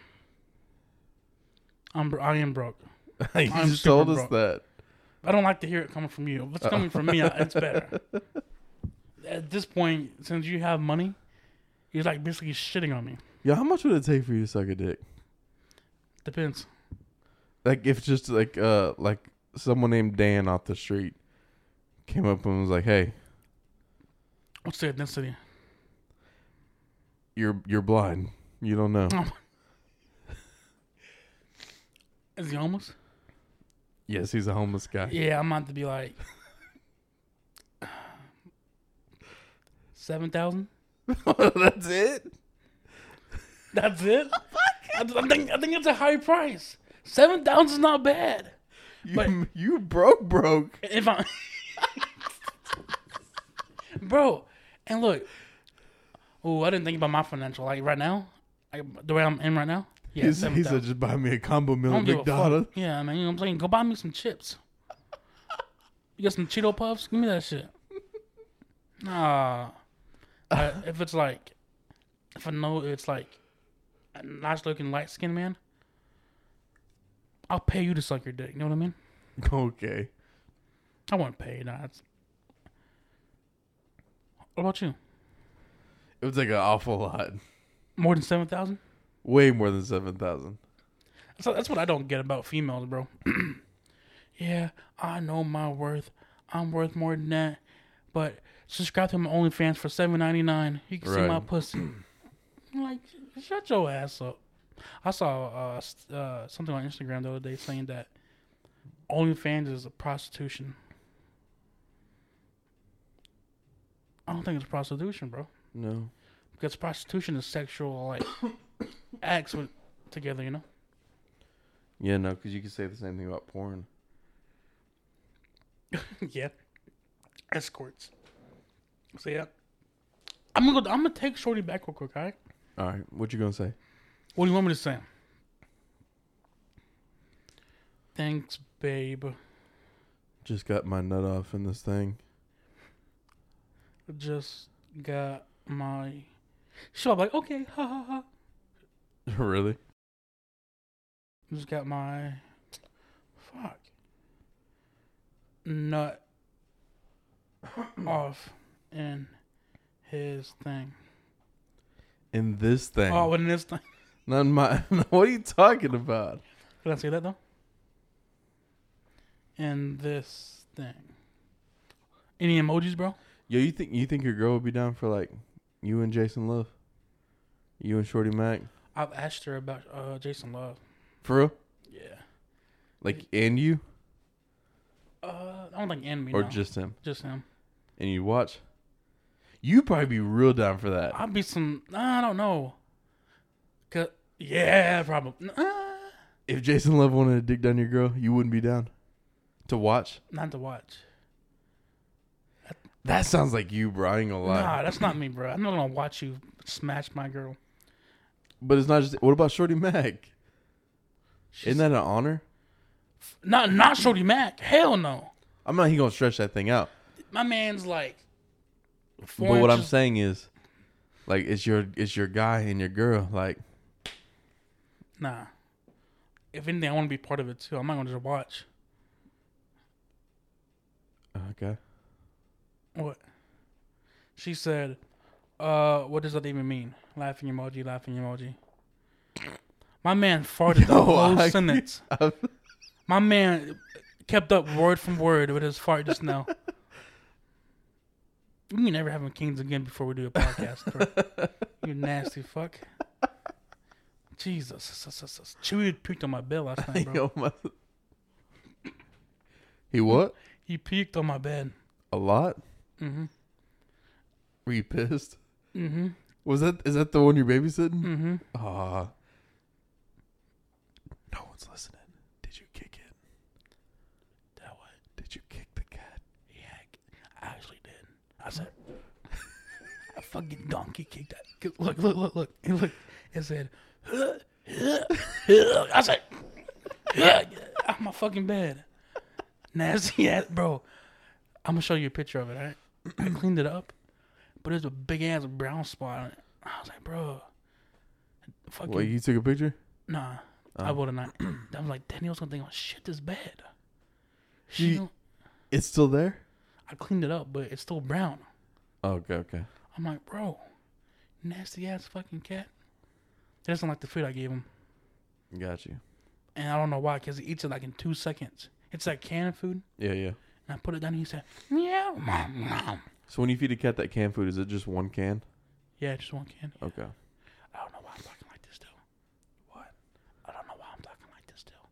Speaker 1: bro- I am broke.
Speaker 2: [LAUGHS] you
Speaker 1: I'm
Speaker 2: just told
Speaker 1: super
Speaker 2: us that.
Speaker 1: I don't like to hear it coming from you. If it's coming from me, I- it's better. At this point, since you have money, you're like basically shitting on me.
Speaker 2: Yo, how much would it take for you to suck a dick?
Speaker 1: Depends.
Speaker 2: Like if just like uh like someone named Dan off the street came up and was like, "Hey,
Speaker 1: What's the ethnicity?
Speaker 2: you're you're blind. You don't know."
Speaker 1: Is he homeless?
Speaker 2: yes, he's a homeless guy.
Speaker 1: Yeah, I'm about to be like [SIGHS] seven thousand.
Speaker 2: [LAUGHS] That's it.
Speaker 1: That's it. I, I think I think it's a high price. Seven thousand is not bad.
Speaker 2: You
Speaker 1: But-
Speaker 2: you broke broke.
Speaker 1: If I, bro, and look, oh, I didn't think about my financial like right now, like the way I'm in right now. Yeah,
Speaker 2: He said- he
Speaker 1: 7,000.
Speaker 2: said, "Just buy me a combo
Speaker 1: I
Speaker 2: meal
Speaker 1: don't
Speaker 2: at
Speaker 1: give a
Speaker 2: McDonald's." [LAUGHS]
Speaker 1: fuck. Yeah, man, you know what I'm saying. Go buy me some chips. You got some Cheeto puffs? Give me that shit. Nah, Uh, if it's like, if I know it's like a nice looking light skinned man, I'll pay you to suck your dick. You know what I mean?
Speaker 2: Okay.
Speaker 1: I wouldn't pay. Nah, that's... What about you?
Speaker 2: It would take an awful lot.
Speaker 1: More than seven thousand?
Speaker 2: Way more than seven thousand.
Speaker 1: So that's what I don't get about females, bro. [CLEARS THROAT] yeah, I know my worth. I'm worth more than that. But subscribe to my OnlyFans for seven ninety nine. You can see my
Speaker 2: Right.
Speaker 1: pussy. I'm like, shut your ass up. I saw uh, s- uh, something on Instagram the other day saying that OnlyFans is a prostitution. I don't think it's prostitution, bro.
Speaker 2: No.
Speaker 1: Because prostitution is sexual like [COUGHS] acts with together, you know.
Speaker 2: Yeah, no, because you could say the same thing about porn.
Speaker 1: [LAUGHS] yeah. Escorts. So yeah. I'm gonna go, I'm gonna take Shorty back real quick, alright?
Speaker 2: All right, what you gonna say?
Speaker 1: What do you want me to say? Thanks, babe.
Speaker 2: Just got my nut off in this thing. [LAUGHS]
Speaker 1: Just got my She'll be like, okay, ha ha ha.
Speaker 2: really?
Speaker 1: Just got my fuck nut [COUGHS] off in his thing.
Speaker 2: In this thing?
Speaker 1: Oh, in [LAUGHS] this thing.
Speaker 2: Not in my. [LAUGHS] what are you talking about?
Speaker 1: Can I say that though? And this thing. Any emojis, bro?
Speaker 2: Yo, you think you think your girl would be down for like you and Jason Love, you and Shorty Mac,
Speaker 1: I've asked her about uh, Jason Love.
Speaker 2: for real?
Speaker 1: Yeah.
Speaker 2: Like and you
Speaker 1: Uh, I don't think enemy.
Speaker 2: or
Speaker 1: no.
Speaker 2: just him?
Speaker 1: just him.
Speaker 2: And you watch. You probably be real down for that.
Speaker 1: I'd be some. I don't know. Cause yeah, probably. Nah,
Speaker 2: If Jason Love wanted to dig down your girl, you wouldn't be down to watch.
Speaker 1: not to watch.
Speaker 2: That sounds like you, bro. I ain't gonna lie.
Speaker 1: Nah, that's not me, bro. I'm not gonna watch you smash my girl.
Speaker 2: But it's not just. What about Shorty Mac?
Speaker 1: She's,
Speaker 2: Isn't that an honor?
Speaker 1: not not Shorty Mac. Hell no.
Speaker 2: I'm not. He gonna stretch that thing out.
Speaker 1: My man's like. Four
Speaker 2: But what I'm
Speaker 1: inches-
Speaker 2: saying is, like, it's your it's your guy and your girl. Like,
Speaker 1: Nah. If anything, I want to be part of it too. I'm not gonna just watch.
Speaker 2: okay, [LAUGHS]
Speaker 1: What? She said, uh, what does that even mean? Laughing emoji, laughing emoji. My man farted the
Speaker 2: [LAUGHS] Yo,
Speaker 1: whole
Speaker 2: I-
Speaker 1: sentence. My man kept up word from word with his fart just
Speaker 2: [LAUGHS]
Speaker 1: now. We mean never having kings again before we do a podcast, bro. you nasty fuck. Jesus. s- s- s- s- Chewy puked on my bed last night, bro.
Speaker 2: [LAUGHS] Yo, my- he what?
Speaker 1: He puked on my bed.
Speaker 2: A lot?
Speaker 1: Mm-hmm.
Speaker 2: Were you pissed?
Speaker 1: Mm-hmm.
Speaker 2: Was that is that the one you're babysitting?
Speaker 1: Mm-hmm.
Speaker 2: Ah, no one's listening. Did you kick it?
Speaker 1: That was
Speaker 2: Did you kick the cat?
Speaker 1: Yeah, I actually did. I said, [LAUGHS] I fucking donkey kicked that. Look, look, look, look. It, look, it said, [LAUGHS] I said, [LAUGHS] out my fucking bed. Nasty ass, bro. I'm gonna show you a picture of it, all right?
Speaker 2: [CLEARS THROAT]
Speaker 1: I cleaned it up, but there's a big ass brown spot on it. I was like, bro, fucking,
Speaker 2: Wait, you took a picture?
Speaker 1: nah, I
Speaker 2: Oh.
Speaker 1: would have not. [CLEARS THROAT] I was like, Danielle's gonna think, oh shit, this bed.
Speaker 2: You-
Speaker 1: She, don't-
Speaker 2: It's still there.
Speaker 1: I cleaned it up, but it's still brown.
Speaker 2: Oh, okay, okay.
Speaker 1: I'm like, bro, nasty ass fucking cat. He doesn't like the food I gave him.
Speaker 2: Got you.
Speaker 1: And I don't know why, because he eats it like in two seconds. It's like canned food.
Speaker 2: Yeah, yeah.
Speaker 1: And I put it down and he said,
Speaker 2: [LAUGHS]
Speaker 1: meow, mom, mom.
Speaker 2: So when you feed a cat that canned food, is it just one can?
Speaker 1: Yeah, just one candy.
Speaker 2: Okay.
Speaker 1: I don't know why I'm talking like this, though. What? I don't know why I'm talking like this, though.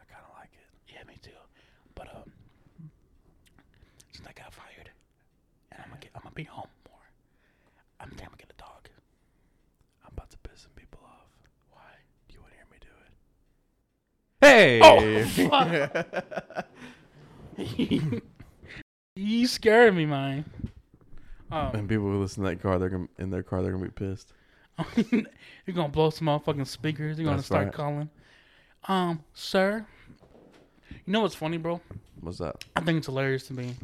Speaker 2: I kind of like it.
Speaker 1: Yeah, me too. But, um, since I got fired, and I'm going to I'm gonna be home more, I'm thinking I'm going to get a dog.
Speaker 2: I'm about to piss some people off. Why? Do you want to hear me do it? Hey!
Speaker 1: Oh,
Speaker 2: [LAUGHS]
Speaker 1: [LAUGHS] you scared me, man. Um,
Speaker 2: And people who listen to that car, they're gonna in their car, they're gonna be pissed.
Speaker 1: [LAUGHS] you're gonna blow some motherfucking speakers. You're gonna
Speaker 2: That's
Speaker 1: start
Speaker 2: right.
Speaker 1: calling. Um, sir. You know what's funny, bro?
Speaker 2: What's that?
Speaker 1: I think it's hilarious to me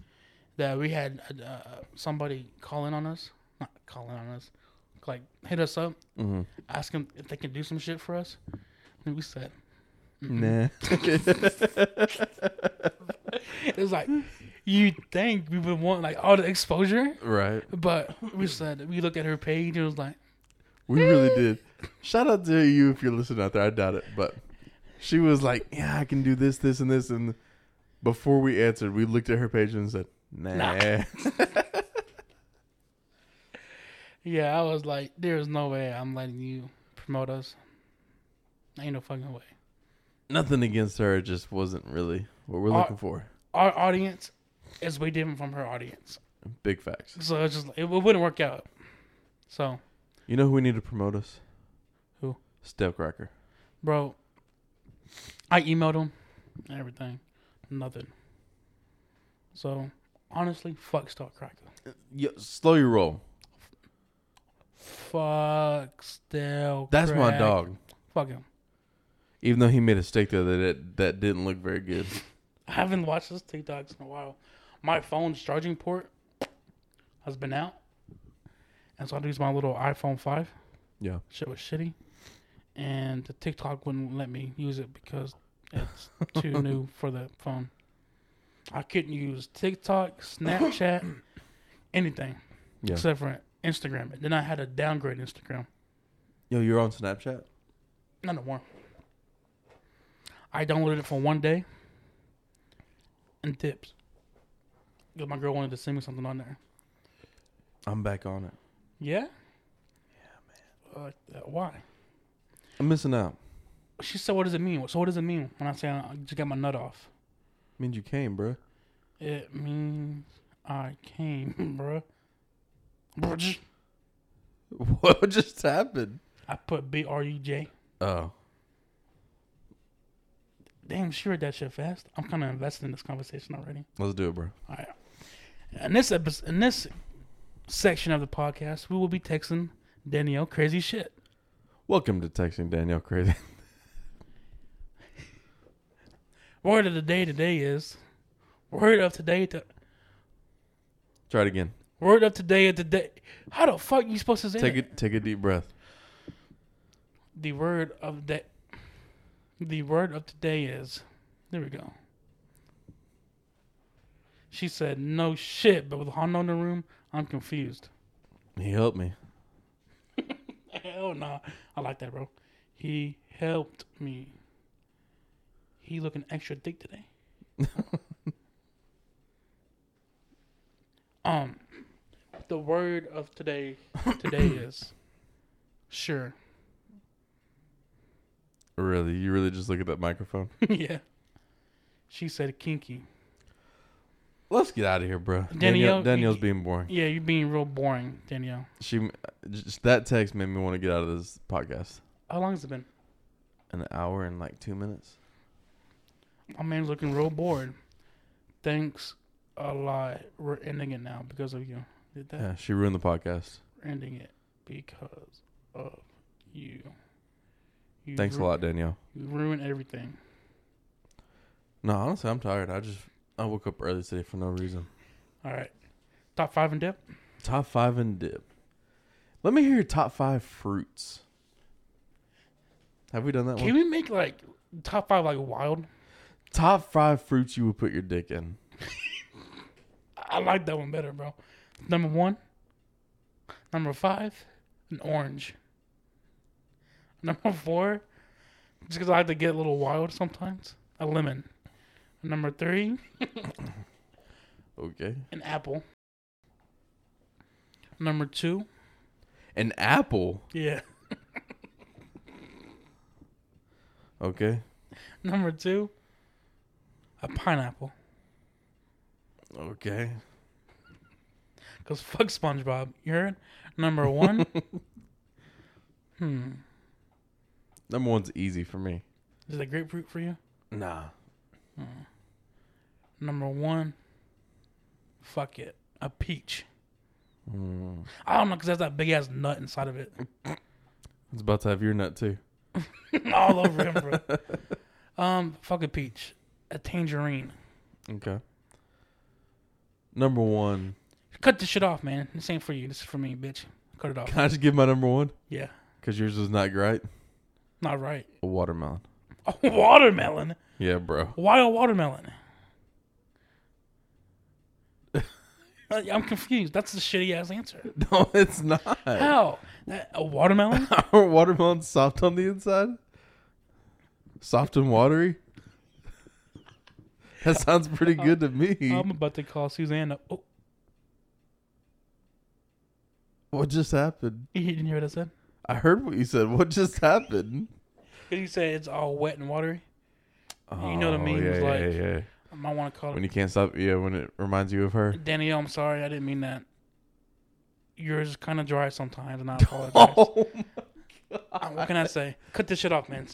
Speaker 1: that we had uh, somebody calling on us, not calling on us, like hit us up,
Speaker 2: Mm-hmm.
Speaker 1: ask them if they can do some shit for us, and we said,
Speaker 2: Nah. Mm-hmm. [LAUGHS]
Speaker 1: "It's like you think we would want like all the exposure."
Speaker 2: right.
Speaker 1: But we said we looked at her page and it was like,
Speaker 2: We really did. Shout out to you if you're listening out there. I doubt it, but she was like, "Yeah, I can do this, this, and this." And before we answered, we looked at her page and said, "Nah."
Speaker 1: Nah. yeah, I was like, there is no way I'm letting you promote us. Ain't no fucking way.
Speaker 2: [LAUGHS] Nothing against her. It just wasn't really what we're
Speaker 1: Uh,
Speaker 2: looking for.
Speaker 1: Our audience is way different from her audience.
Speaker 2: Big facts.
Speaker 1: So it's just it, it wouldn't work out. So,
Speaker 2: You know who we need to promote us?
Speaker 1: Who?
Speaker 2: Stabcracker.
Speaker 1: bro, I emailed him, and everything, nothing. So honestly, fuck Stalkcracker.
Speaker 2: Yeah, slow your roll.
Speaker 1: Fuck Stalkcracker.
Speaker 2: That's my dog.
Speaker 1: Fuck him.
Speaker 2: Even though he made a steak the other day that, that didn't look very good.
Speaker 1: I haven't watched this TikToks in a while. My phone's charging port has been out. And so I had to use my little iPhone 5.
Speaker 2: Yeah.
Speaker 1: Shit was shitty. And the TikTok wouldn't let me use it because
Speaker 2: [LAUGHS]
Speaker 1: it's too new for the phone. I couldn't use TikTok,
Speaker 2: [COUGHS]
Speaker 1: Snapchat, anything
Speaker 2: Yeah.
Speaker 1: except for Instagram. And then I had to downgrade Instagram.
Speaker 2: Yo, you're on Snapchat?
Speaker 1: Not no more. I downloaded it for one day. And tips. 'Cause my girl wanted to send me something on there.
Speaker 2: I'm back on it.
Speaker 1: Yeah. Yeah, man. why?
Speaker 2: I'm missing out.
Speaker 1: She said, "What does it mean?" So what does it mean when I say I just got my nut off?
Speaker 2: Means you came, bro.
Speaker 1: It means I came, [LAUGHS] bruh. Bruh, j-
Speaker 2: [LAUGHS] What just happened?
Speaker 1: I put B R U J.
Speaker 2: Oh.
Speaker 1: Damn, she read that shit fast. I'm kind of invested in this conversation already.
Speaker 2: Let's do it, bro.
Speaker 1: All right. In this episode, in this section of the podcast, we will be texting Danielle crazy shit.
Speaker 2: Welcome to Texting Danielle Crazy. [LAUGHS]
Speaker 1: Word of the day today is word of today to
Speaker 2: Try it
Speaker 1: [LAUGHS]
Speaker 2: again.
Speaker 1: word of today at the day. How the fuck you supposed to say
Speaker 2: Take
Speaker 1: that?
Speaker 2: it. Take a deep breath.
Speaker 1: The word of the the word of today is there we go. She said no shit, but with Hondo in the room, I'm confused.
Speaker 2: He helped me.
Speaker 1: Hell no. I like that, bro. He helped me. He looking extra thick today. um the word of today today is sure. [LAUGHS]
Speaker 2: Really? You really just look at that microphone?
Speaker 1: yeah. She said kinky.
Speaker 2: Let's get out of here, bro.
Speaker 1: Danielle-
Speaker 2: Danielle, Danielle's being boring.
Speaker 1: Yeah, you're being real boring, Danielle.
Speaker 2: She just that text made me want to get out of this podcast.
Speaker 1: How long has it been?
Speaker 2: An hour and like two minutes.
Speaker 1: My man's looking real bored. Thanks a lot. We're ending it now because of you. Did that?
Speaker 2: Yeah, she ruined the podcast.
Speaker 1: We're ending it because of you. you
Speaker 2: Thanks a
Speaker 1: ru-
Speaker 2: lot, Danielle.
Speaker 1: You ruined everything.
Speaker 2: No, honestly, I'm tired. I just I woke up early today for no reason.
Speaker 1: All right. Top five and dip.
Speaker 2: Top five and dip. Let me hear your top five fruits. Have we done that
Speaker 1: Can
Speaker 2: one?
Speaker 1: we make like top five like wild?
Speaker 2: Top five fruits you would put your dick in.
Speaker 1: I like that one better, bro. Number one, number five, an orange. [LAUGHS] Number four, just because I like to get a little wild sometimes, a lemon. Number three,
Speaker 2: Okay.
Speaker 1: an apple. Number two,
Speaker 2: An apple.
Speaker 1: yeah.
Speaker 2: Okay.
Speaker 1: [LAUGHS] Number two, a pineapple.
Speaker 2: Okay.
Speaker 1: Because fuck SpongeBob. You heard? Number one, hmm.
Speaker 2: Number one's easy for me.
Speaker 1: Is that grapefruit for you?
Speaker 2: Nah.
Speaker 1: Number one, fuck it, a peach.
Speaker 2: Mm.
Speaker 1: I don't know because that's that big ass nut inside of it, [LAUGHS]
Speaker 2: It's about to have your nut too.
Speaker 1: all over him, bro. Um, fuck a peach, a tangerine.
Speaker 2: Okay. Number one.
Speaker 1: Cut this shit off, man. This ain't for you. This is for me, bitch. Cut it off.
Speaker 2: Can I just give my number one?
Speaker 1: Yeah,
Speaker 2: Because yours was not great.
Speaker 1: not right. [LAUGHS]
Speaker 2: A watermelon.
Speaker 1: Oh, watermelon.
Speaker 2: Yeah, bro. [LAUGHS]
Speaker 1: Why a watermelon? [LAUGHS] I- I'm confused. That's the shitty ass answer.
Speaker 2: No, it's not.
Speaker 1: How? That- A
Speaker 2: [LAUGHS]
Speaker 1: watermelon?
Speaker 2: Are watermelons soft on the inside? Soft and watery? [LAUGHS] That sounds pretty good to me.
Speaker 1: I'm about to call Susanna. Oh,
Speaker 2: What just happened?
Speaker 1: you didn't hear what I said?
Speaker 2: I heard what you said. What just happened?
Speaker 1: Because you said it's all wet and watery. You know what I mean? It
Speaker 2: Oh, Yeah,
Speaker 1: was
Speaker 2: yeah,
Speaker 1: like-
Speaker 2: yeah.
Speaker 1: I might want to call
Speaker 2: When you can't stop, yeah, when it reminds you of her.
Speaker 1: it. Danielle, I'm sorry. I didn't mean that. Yours is kind of dry
Speaker 2: [LAUGHS]
Speaker 1: sometimes, and I apologize.
Speaker 2: Oh, my
Speaker 1: Uh, what can I say? Cut this shit off, man.